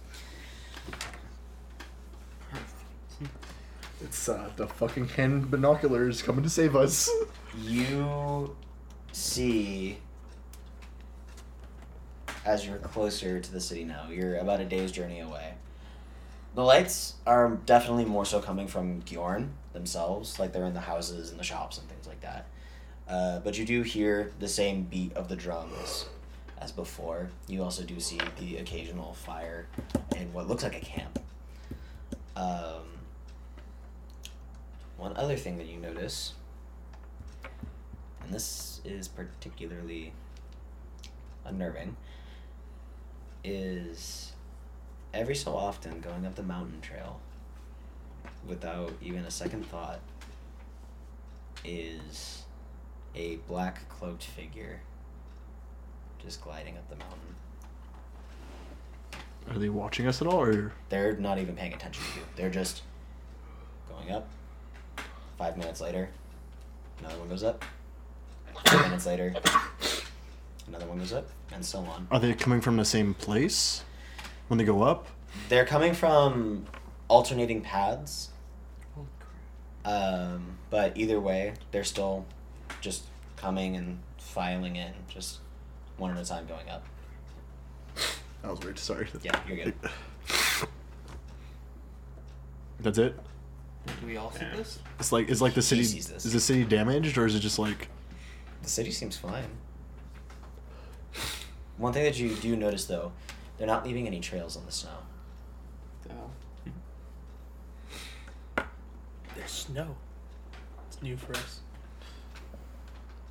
It's uh, the fucking hand binoculars coming to save us.
You see, as you're closer to the city now, you're about a day's journey away. The lights are definitely more so coming from Gjorn themselves, like they're in the houses and the shops and things like that. Uh, but you do hear the same beat of the drums as before. You also do see the occasional fire in what looks like a camp. Um, one other thing that you notice and this is particularly unnerving, is every so often going up the mountain trail without even a second thought is a black cloaked figure just gliding up the mountain.
Are they watching us at all, or
They're not even paying attention to you. They're just going up. Five minutes later, another one goes up. Five minutes later, another one goes up, and so on.
are they coming from the same place when they go up?
They're coming from alternating paths,
Holy crap.
um, but either way, they're still just coming and filing in, just one at a time going up.
That was weird. Sorry.
Yeah, you're good.
That's it.
Do we all see this?
It's like is like the city
sees this.
is the city damaged or is it just like
The city seems fine. One thing that you do notice, though, they're not leaving any trails on the snow.
There's snow. It's new for us.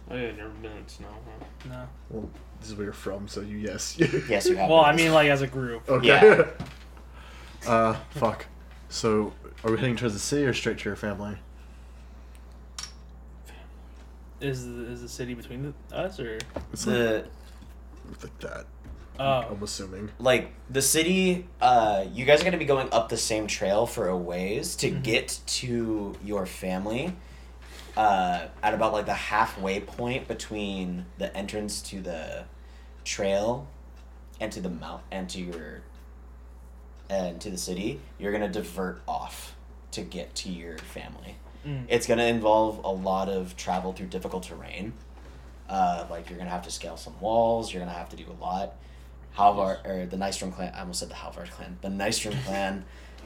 Oh yeah, never been in snow. Huh?
No.
well, this is where you're from? So you yes.
Yes, you have.
Well, I
noticed.
mean, like, as a group.
Okay.
Yeah.
uh, fuck. So, are we heading towards the city or straight to your family?
Is the, is the city between the, us or.
It's like,
the
it's like that.
Oh.
I'm assuming.
like the city uh you guys are going to be going up the same trail for a ways
Mm-hmm.
to get to your family uh at about like the halfway point between the entrance to the trail and to the mount and to your and to the city you're going to divert off to get to your family
Mm.
it's going to involve a lot of travel through difficult terrain uh, like you're gonna have to scale some walls. You're gonna have to do a lot. Halvar or the Nystrom clan. I almost said the Halvar clan. The Nystrom clan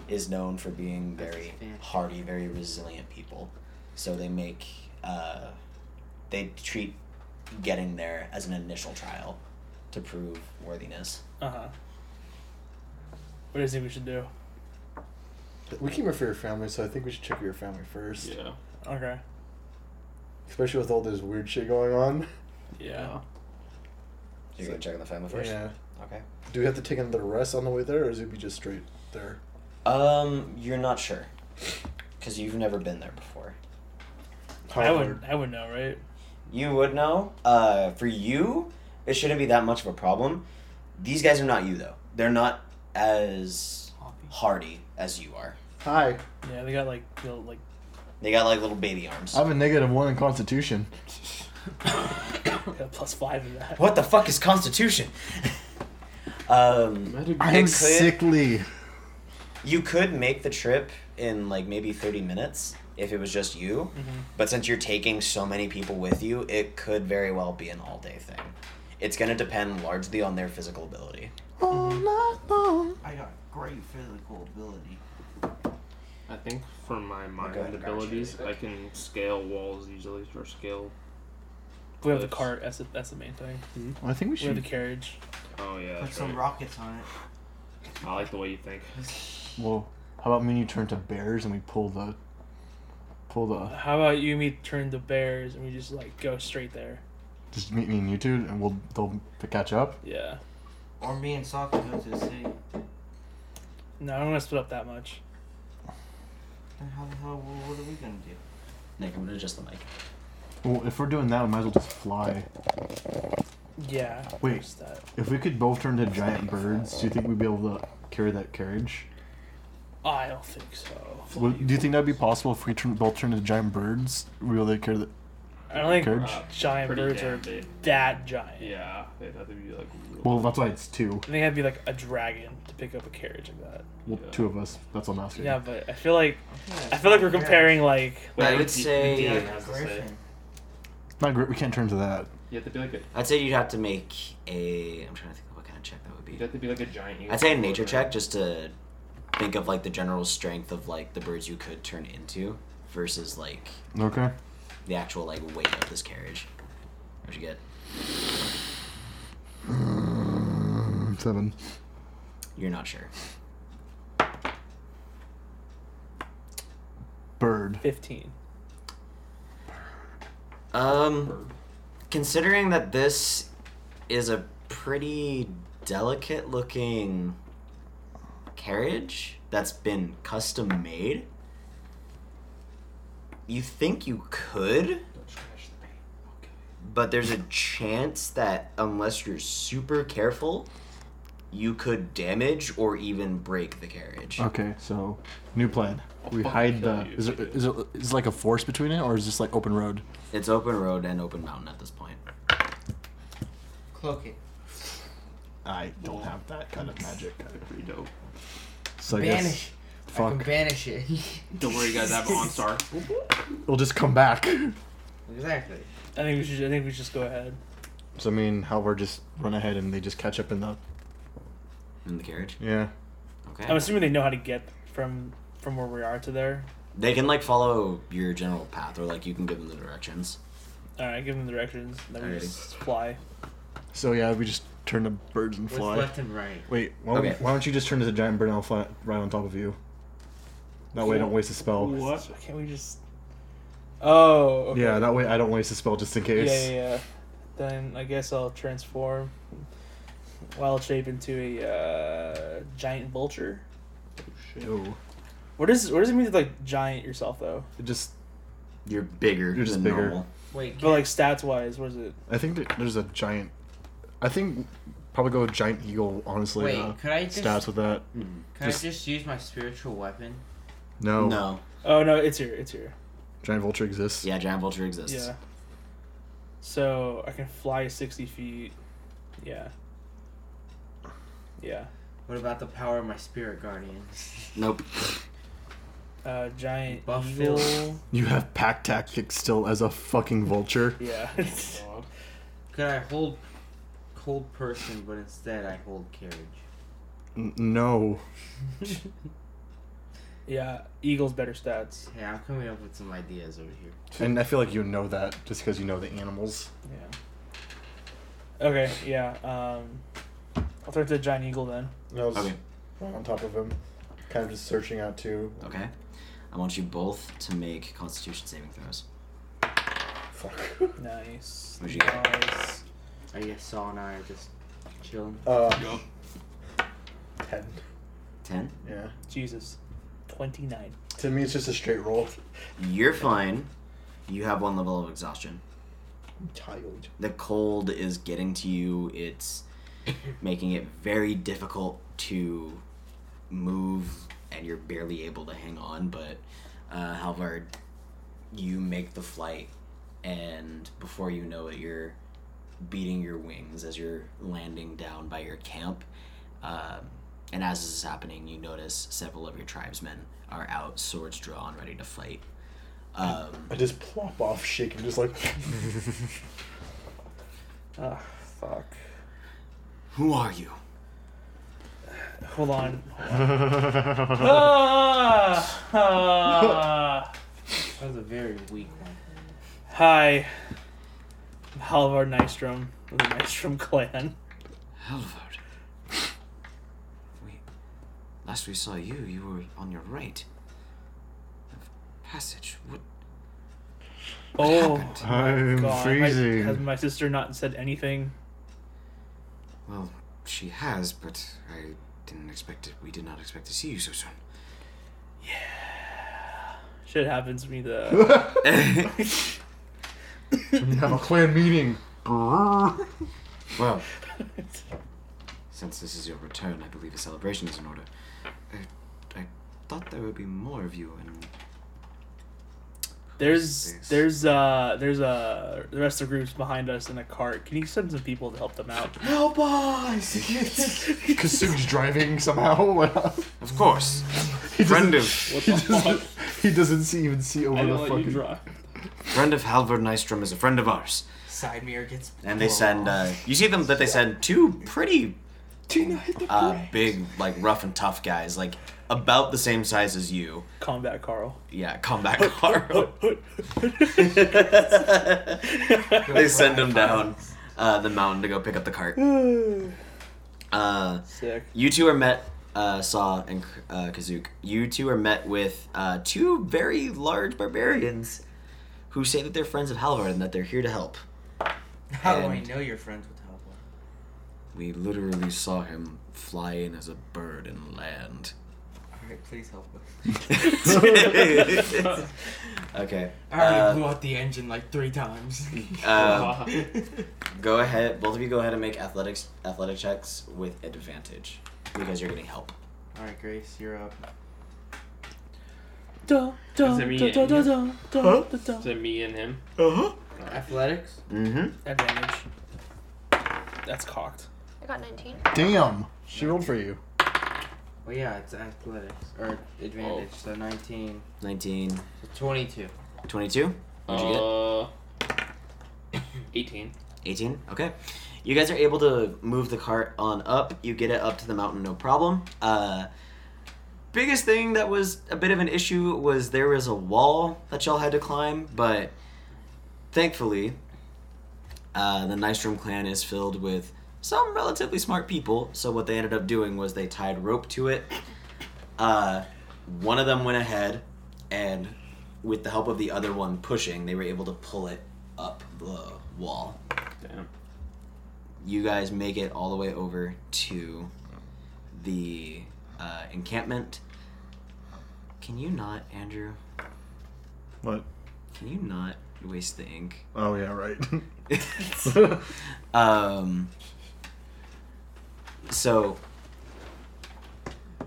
is known for being very hardy, very resilient people. So they make uh, they treat getting there as an initial trial to prove worthiness.
Uh huh. What do you think we should do?
We came here for your family, so I think we should check your family first.
Yeah.
Okay.
Especially with all this weird shit going on.
Yeah.
So you're gonna check on the family first. Okay.
Do we have to take another rest on the way there, or is it be just straight there?
Um, you're not sure because you've never been there before.
I would I would know, right?
you would know. Uh, for you, it shouldn't be that much of a problem. These guys are not you though. They're not as hardy as you are.
Hi.
Yeah, they got like the, like
They got like little baby arms.
I have a negative one in Constitution.
got plus five in that.
what the fuck is Constitution? Um,
I am
could-
sickly.
you could make the trip in like maybe 30 minutes if it was just you, but since you're taking so many people with you, it could very well be an all day thing. It's going to depend largely on their physical ability.
I got great physical ability.
I think for my mind
ahead, Garch.
abilities, I can scale walls easily or scale.
We have the
cliffs.
cart. That's the, that's the main thing.
I think we
We have the
should.
carriage.
Oh yeah,
Put
that's
some
right.
rockets on it.
I like the way you think.
Well, how about me and you turn to bears and we pull the, pull the.
How about you and me turn to bears and we just like go straight there?
Just meet me and you two, and we'll they'll catch up.
Yeah.
Or me and Sokka go to the city.
No, I don't want to split up that much.
Then how the hell, wh- what are we gonna do?
Nick, I'm going to adjust the mic.
Well, if we're doing that, we might as well just fly.
Yeah.
Wait.
there's That.
If we could both turn to giant birds, do you think we'd be able to carry that carriage?
I don't think so.
Would- do you think that'd be possible if we turn, both turn to giant birds? We really carry the
I don't think
carriage?
Uh,
giant
pretty
birds
damn
are
big.
that giant.
Yeah, they'd have to be like. real-
Well, that's why it's two.
I think I'd be like a dragon to pick up a carriage like that.
Well,
Yeah.
two of us. That's all I'm asking.
Yeah, but I feel like I feel like we're comparing like
Wait,
I would
D-
say-
Indiana has to
Griffin.
Not great. We can't turn to that.
You have to be like a.
I'd say you'd have to make a. I'm trying to think of what kind of check that would
You
be.
have to be like a giant.
I'd say a
unicorn,
nature
right?
check just to think of like the general strength of like the birds you could turn into versus like
Okay.
the actual like weight of this carriage. What'd you get?
Seven.
You're not sure.
Bird.
fifteen.
Um,
Bird.
considering that this is a pretty delicate looking carriage that's been custom made, you think you could
Don't scratch the paint. Okay.
but there's a chance that unless you're super careful, you could damage or even break the carriage.
Okay, so new plan. We
fucking
hide
kill
the.
you.
Is it, is it is it like a force between it, or is this like open road?
It's open road and open mountain at this point.
Cloak it.
I don't have that kind of magic.
That'd be pretty dope.
So I guess
Banish. I
fuck.
can banish it.
Don't worry, guys. I have OnStar.
It'll just come back.
exactly.
I think we should. I think we should just go ahead.
So I mean, how we're just run ahead and they just catch up in the
In the carriage.
yeah.
I'm
Okay.
assuming they know how to get from from where we are to there.
They can like follow your general path or like you can give them the directions.
All right, give them the directions. Then we
Alrighty.
just fly.
So yeah, we just turn to birds and
What's
fly.
left and right?
Wait, why don't,
Okay.
why don't you just turn to the giant bird and I'll fly right on top of you? That way I don't waste a spell.
What?
Why can't we just? Oh. Okay.
Yeah, that way I don't waste a spell just in
Yeah,
case.
yeah, yeah. Then I guess I'll transform wild shape into a uh, giant vulture.
Ew.
What does what does it mean to like giant yourself though?
It just,
You're bigger
You're just
than
bigger.
normal.
Wait,
But like stats wise, what is it?
I think that there's a giant. I think probably go with giant eagle. Honestly,
Wait,
uh,
could I just-
stats with that?
can
just-
I just use my spiritual weapon?
No,
No.
Oh no, it's here, it's here.
giant vulture exists.
Yeah, giant vulture exists.
Yeah. So I can fly sixty feet. Yeah. Yeah.
What about the power of my spirit guardian?
Nope.
Uh, giant
Buff
eagle.
field.
You have pack tactics still as a fucking vulture.
Yeah.
God.
Could I hold cold person, but instead I hold carriage?
N- no,
yeah. Eagle's better stats.
Hey, I'm coming up with some ideas over here.
and I feel like you know that just because you know the animals.
Yeah. Okay. Yeah. Um, I'll throw it to the giant eagle then.
No,
Okay.
on top of him, kind of just searching out too.
Okay. I want you both to make constitution saving throws.
Fuck.
Nice.
What'd you get?
Nice.
I guess Saul and I are just chilling.
Uh,
Yup.
ten.
Ten.
Yeah.
Jesus. Twenty nine.
To me, it's just a straight roll.
You're fine. You have one level of exhaustion.
Tired.
the cold is getting to you. It's making it very difficult to move, and you're barely able to hang on. But uh, Halvard, you make the flight, and before you know it, you're beating your wings as you're landing down by your camp, Um, and as this is happening, you notice several of your tribesmen are out, swords drawn, ready to fight. Um,
I just plop off, shaking, just like.
Oh, fuck.
who are you?
Hold on. Ah! Ah!
That was a very weak one.
Hi. Halvar Nystrom of the Nystrom clan.
Halvard. We, last we saw you, you were on your right. Of passage. What?
Oh,
happened?
I'm
God. My, has
freezing.
my sister not said anything?
Well, she has, but I didn't expect it. We did not expect to see you so soon.
Shit happens to me, though.
Have a clan meeting. Grrr.
Well, since this is your return, I believe a celebration is in order. Uh, I, I thought there would be more of you, and
There's
Yes.
there's uh there's uh the rest of the group's behind us in a cart. Can you send some people to help them out?
help us!
Kasum's driving somehow.
of course,
he
friend
doesn't,
of
he doesn't, he doesn't see, even see over
I
the
don't let you
fucking.
draw.
friend of Halvard Nystrom is a friend of ours,
Side mirror gets.
and they send. Uh, you see them that they send two pretty uh, big, like rough and tough guys, like about the same size as you.
Combat Carl.
Yeah, combat car.
Go
they send
for
him down uh, the mountain to go pick up the cart. Uh,
Sick.
you two are met, uh, Saw and uh, Kazook. You two are met with uh, two very large barbarians who say that they're friends of Halvard and that they're here to help.
How do I
uh, And-
know you're friends with Halvor?
We literally saw him fly in as a bird and land.
Alright, please help us.
okay.
I already
uh,
blew out the engine like three times.
uh, go ahead. Both of you go ahead and make athletics athletic checks with advantage because you're getting help.
Alright, Grace, you're up.
Dun,
Does
dun,
it
dun,
mean
dun, dun,
it-
dun, dun,
Huh?
dun, dun.
Is it me and him?
Athletics?
Mm-hmm.
Advantage. That's cocked.
I got 19.
Damn, she rolled for you.
Well, Oh, yeah, it's athletics. Or advantage,
Oh.
so 19.
19,
So 22.
22. What'd you get?
Uh, 18.
18 okay you guys are able to move the cart on up you get it up to the mountain no problem uh biggest thing that was a bit of an issue was there was a wall that y'all had to climb but thankfully uh the nystrom clan is filled with some relatively smart people so what they ended up doing was they tied rope to it uh one of them went ahead and with the help of the other one pushing they were able to pull it up the wall
Damn.
you guys make it all the way over to the uh, encampment. Can you not, Andrew?
What?
Can you not waste the ink?
Oh yeah, right.
um, so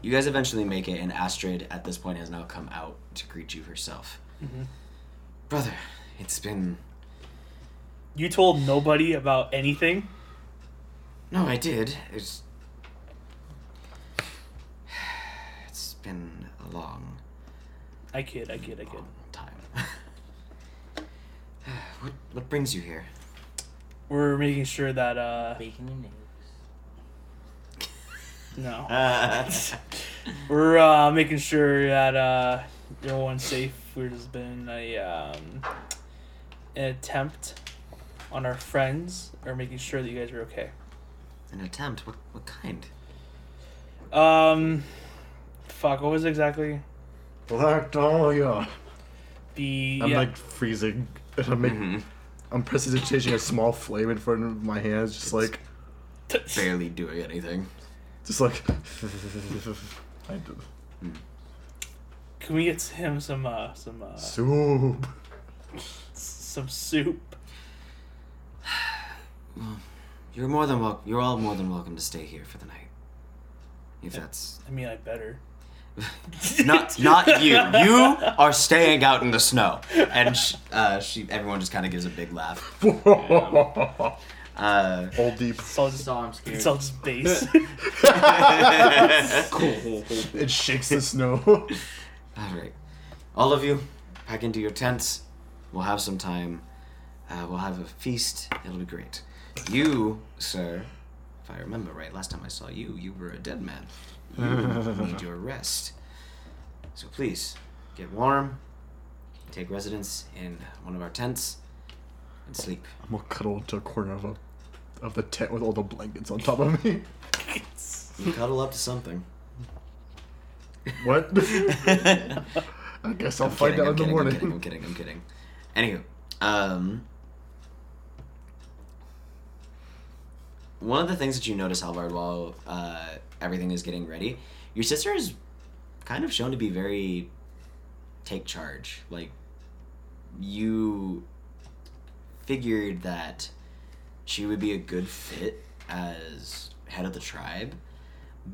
you guys eventually make it, and Astrid at this point has now come out to greet you herself. Brother, it's been
You told nobody about anything.
No, I did. It's it's been a long,
I kid. I kid. I kid.
long time. what what brings you here?
We're making sure that uh
Bacon and eggs.
no.
Uh,
We're uh, making sure that uh, no one's safe. There's been a um, an attempt on our friends, or making sure that you guys are okay.
an attempt. What what kind?
Um, fuck. What was it exactly
Black Dahlia.
the?
I'm
yeah.
like freezing. And I'm
Mm-hmm.
making,
Mm-hmm.
I'm precipitating a small flame in front of my hands, just like,
Barely doing anything.
just like. I do.
Can we get him some uh, some uh, s-
Soup.
some soup?
You're more than welcome. You're all more than welcome to stay here for the night. If that's
I mean, I better.
not not you. You are staying out in the snow. And sh uh, she, everyone just kind of gives a big laugh. Uh,
Old deep.
It's all just,
So I'm scared.
it's all just bass.
It shakes the snow.
All right. All of you, pack into your tents. We'll have some time. Uh, we'll have a feast. It'll be great. You, sir, if I remember right, last time I saw you, you were a dead man. You need your rest. So please, get warm, take residence in one of our tents, and sleep.
I'm gonna cuddle into a corner of a of the tent with all the blankets on top of me.
You cuddle up to something.
What?
I
I guess I'll find out in the
I'm kidding, I'm
morning.
kidding, I'm kidding. Anywho, um, one of the things that you notice, Halvard, while uh, everything is getting ready, your sister is kind of shown to be very take charge. Like, you figured that she would be a good fit as head of the tribe,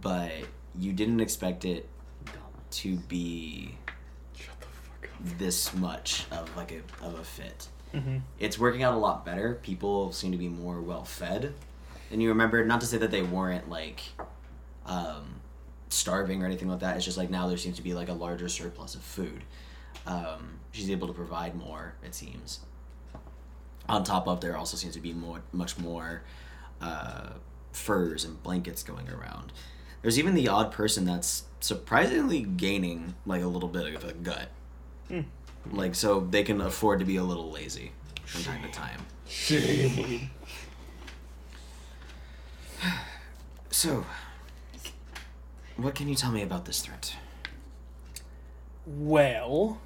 but you didn't expect it to be this much of like a of a fit. It's working out a lot better. People seem to be more well fed, and you remember not to say that they weren't like um, starving or anything like that. It's just like now there seems to be like a larger surplus of food. Um, she's able to provide more. It seems. On top of there also seems to be more much more uh, furs and blankets going around. There's even the odd person that's surprisingly gaining like a little bit of a gut like so they can afford to be a little lazy from time to time. So, what can you tell me about this threat?
Well,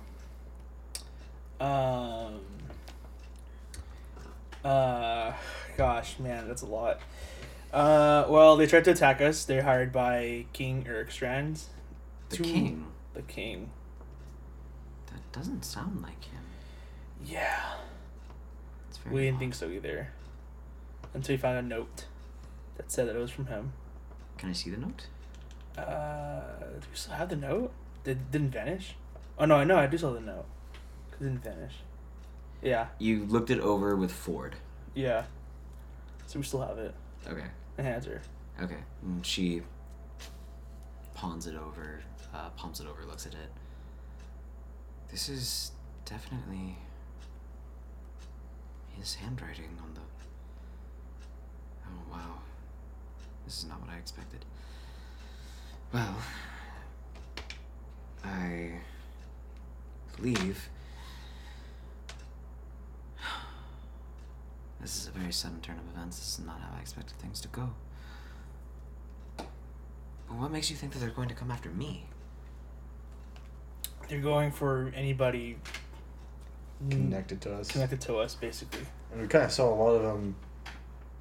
um, uh, gosh, man, that's a lot. Uh, well, they tried to attack us. They're hired by King Erikstrand,
The
To-
king.
the king.
That doesn't sound like him.
Yeah,
It's
we
very
didn't think so either, until we found a note that said that it was from him.
odd. Can I see the note?
Uh, do we still have the note? Did didn't vanish? Oh no, I know I do still have the note. 'Cause It didn't vanish. Yeah,
You looked it over with Ford.
yeah. So we still have it.
Okay.
The hands are.
Okay. And she pawns it over, uh, palms it over, looks at it. This is definitely his handwriting on the. Oh, wow. This is not what I expected. Well, I believe. This is a very sudden turn of events. This is not how I expected things to go. But what makes you think that they're going to come after me?
They're going for anybody n-
Connected to us.
connected to us, basically.
And we kind of saw a lot of them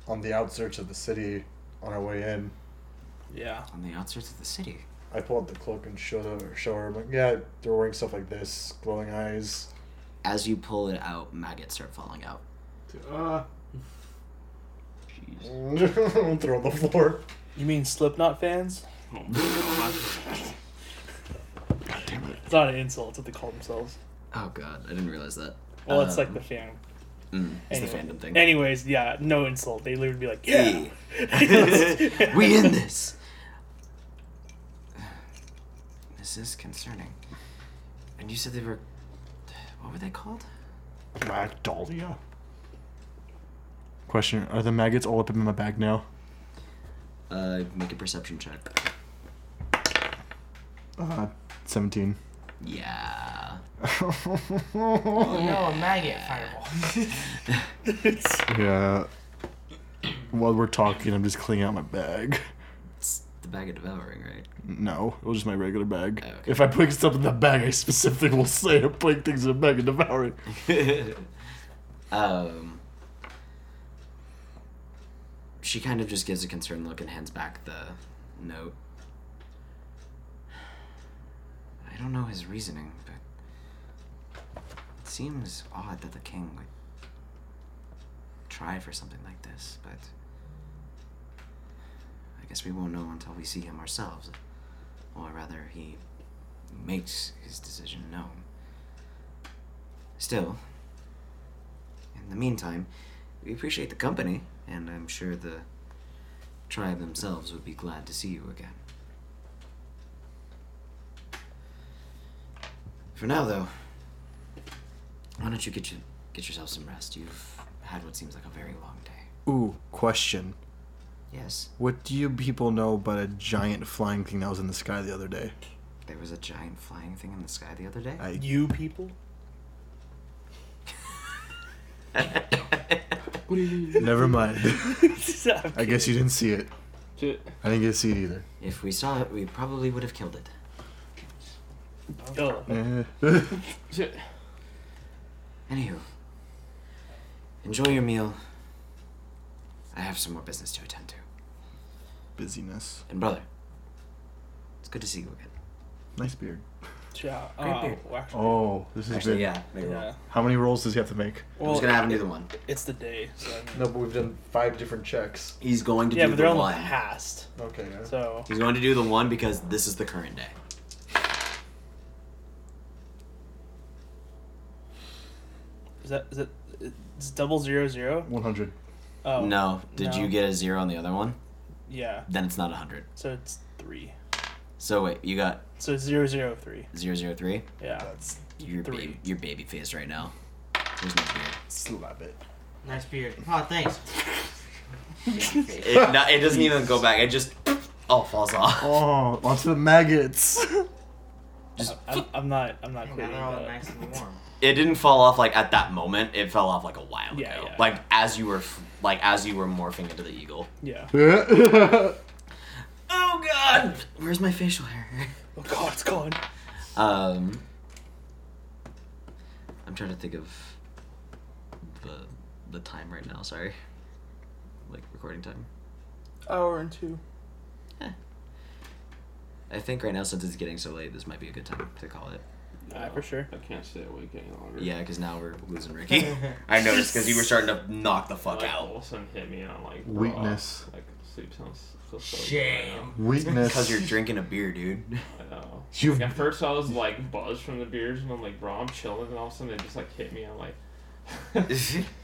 on the outskirts of the city on our way in.
Yeah.
On the outskirts of the city.
I pulled out the cloak and showed her. Show her. I'm like, yeah, they're wearing stuff like this, glowing eyes.
As you pull it out, maggots start falling out.
Uh,
Jeez.
Throw on the floor.
You mean Slipknot fans?
Oh, God damn it.
It's not an insult. It's what they call themselves.
Oh god, I didn't realize that.
Well, it's like
Um,
the fan.
Mm, it's the
Anyway.
fandom thing.
Anyways, yeah, no insult. They literally be like, yeah.
Yeah. we in this. This is concerning. And you said they were. What were they called?
Magdalia. Question: Are the maggots all up in my bag now?
Uh, make a perception check.
Uh, seventeen.
Yeah.
Oh no, a maggot fireball.
yeah. While we're talking, I'm just cleaning out my bag.
It's the bag of devouring, right?
No, it was just my regular bag.
Oh, okay.
If I put stuff in the bag, I specifically will say I'm putting things in the bag and devouring.
um, she kind of just gives a concerned look and hands back the note. I don't know his reasoning, but it seems odd that the king would try for something like this, but I guess we won't know until we see him ourselves. Or rather, he makes his decision known. Still, in the meantime, we appreciate the company, and I'm sure the tribe themselves would be glad to see you again. For now, though, why don't you get your, get yourself some rest? You've had what seems like a very long day.
Ooh, question.
Yes,
What do you people know about a giant flying thing that was in the sky the other day?
there was a giant flying thing in the sky the other day.
I
You people?
never mind. I
I
guess you didn't see it.
Shit.
I didn't get to see it either.
if we saw it, we probably would have killed it.
Yo,
Eh.
Shit.
Anywho, enjoy your meal. I have some more business to attend to.
Busyness.
And brother, it's good to see you again.
Nice beard.
yeah, uh,
Great beard.
well, actually,
Oh, this is
Actually,
big.
yeah, maybe we'll-
yeah.
How many rolls does he have to make?
I'm just
Well,
gonna have him do the one.
it's the day. So I mean-
No, but we've done five different checks.
He's going to
yeah,
do
but
the
they're
one.
on the past.
Okay. yeah.
So
He's going to do the one because this is the current day.
is that is it? It's double zero zero.
100.
Oh
no, did
no.
you get a zero on the other one?
Yeah.
Then it's not a hundred.
So it's three.
So wait, you got
So zero zero three.
zero zero three.
Yeah.
You're
Three.
baby, you're baby faced right now. There's no beard.
Slap it.
Nice beard. Oh, thanks.
It, no, it doesn't even go back. It just all falls off.
Oh, onto the maggots.
I'm, I'm not. I'm not
Now
quitting.
they're all
but-
nice and warm.
It didn't fall off like at that moment. It fell off like a while
Yeah,
ago.
yeah.
Like as you were f- like as you were morphing into the eagle.
Yeah.
Oh god. Where's my facial hair?
Oh God, it's gone.
Um, I'm trying to think of the the time right now. Sorry, like recording time.
Hour and two.
I think right now, since it's getting so late, this might be a good time to call it.
Yeah, for sure.
I can't stay awake any longer.
Yeah, because now we're losing Ricky. I noticed because you were starting to knock the fuck
Like,
out
all of a sudden hit me and I'm like, bro,
Weakness.
Like, sleep sounds feels so
Shame.
Weakness.
because you're drinking a beer, dude.
Good right now. I know.
You've-
Like, at first, I was like buzzed from the beers, and I'm like, bro, I'm chilling, and all of a sudden it just like hit me. I'm like,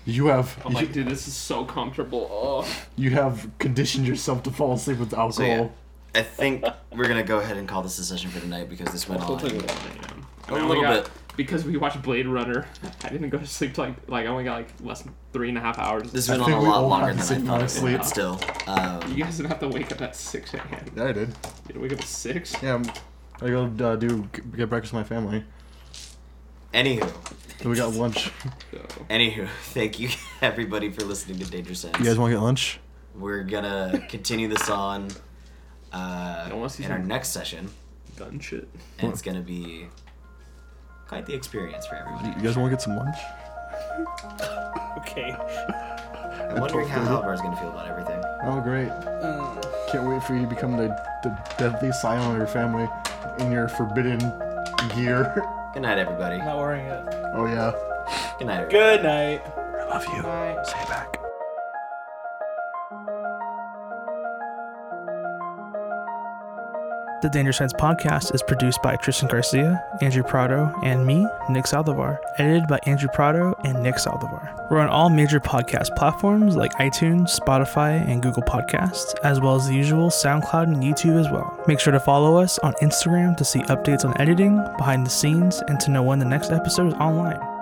You have
I'm like, dude, this is so comfortable. Oh,
you have conditioned yourself to fall asleep with alcohol.
So, yeah. I think we're gonna go ahead and call this a session for tonight because this went
Still
on.
took a while,
A
man. I only
little
got-
bit.
because we watched Blade Runner. I didn't go to sleep till, like like I only got like less than three and a half hours.
This
I
went on
think
a
we
lot
all
longer
had the
than I
same
thought
amount
it
of
would, but
sleep.
still. Um,
you guys didn't have to wake up at six a.m.
Yeah, I did.
You didn't wake up at six.
Yeah, I'm, I go uh, do get breakfast with my family.
anywho,
Then we got lunch.
So.
anywho, thank you everybody for listening to Danger Sense.
You guys want to get lunch?
We're gonna continue this on uh,
I wanna see
in our
some-
next session,
Gun shit.
and it's gonna be quite the experience for everybody.
You guys want to get some lunch?
Okay.
I'm wondering how Halvar's gonna feel about everything.
Oh, great! Can't wait for you to become the the deadly scion of your family in your forbidden gear.
Good night, everybody.
Not wearing it.
Oh yeah.
Good night. Everybody.
Good night.
I love you. Stay back.
The Danger Sense podcast is produced by Tristan Garcia, Andrew Prado, and me, Nick Saldivar. Edited by Andrew Prado and Nick Saldivar. We're on all major podcast platforms like iTunes, Spotify, and Google Podcasts, as well as the usual SoundCloud and YouTube as well. Make sure to follow us on Instagram to see updates on editing, behind the scenes, and to know when the next episode is online.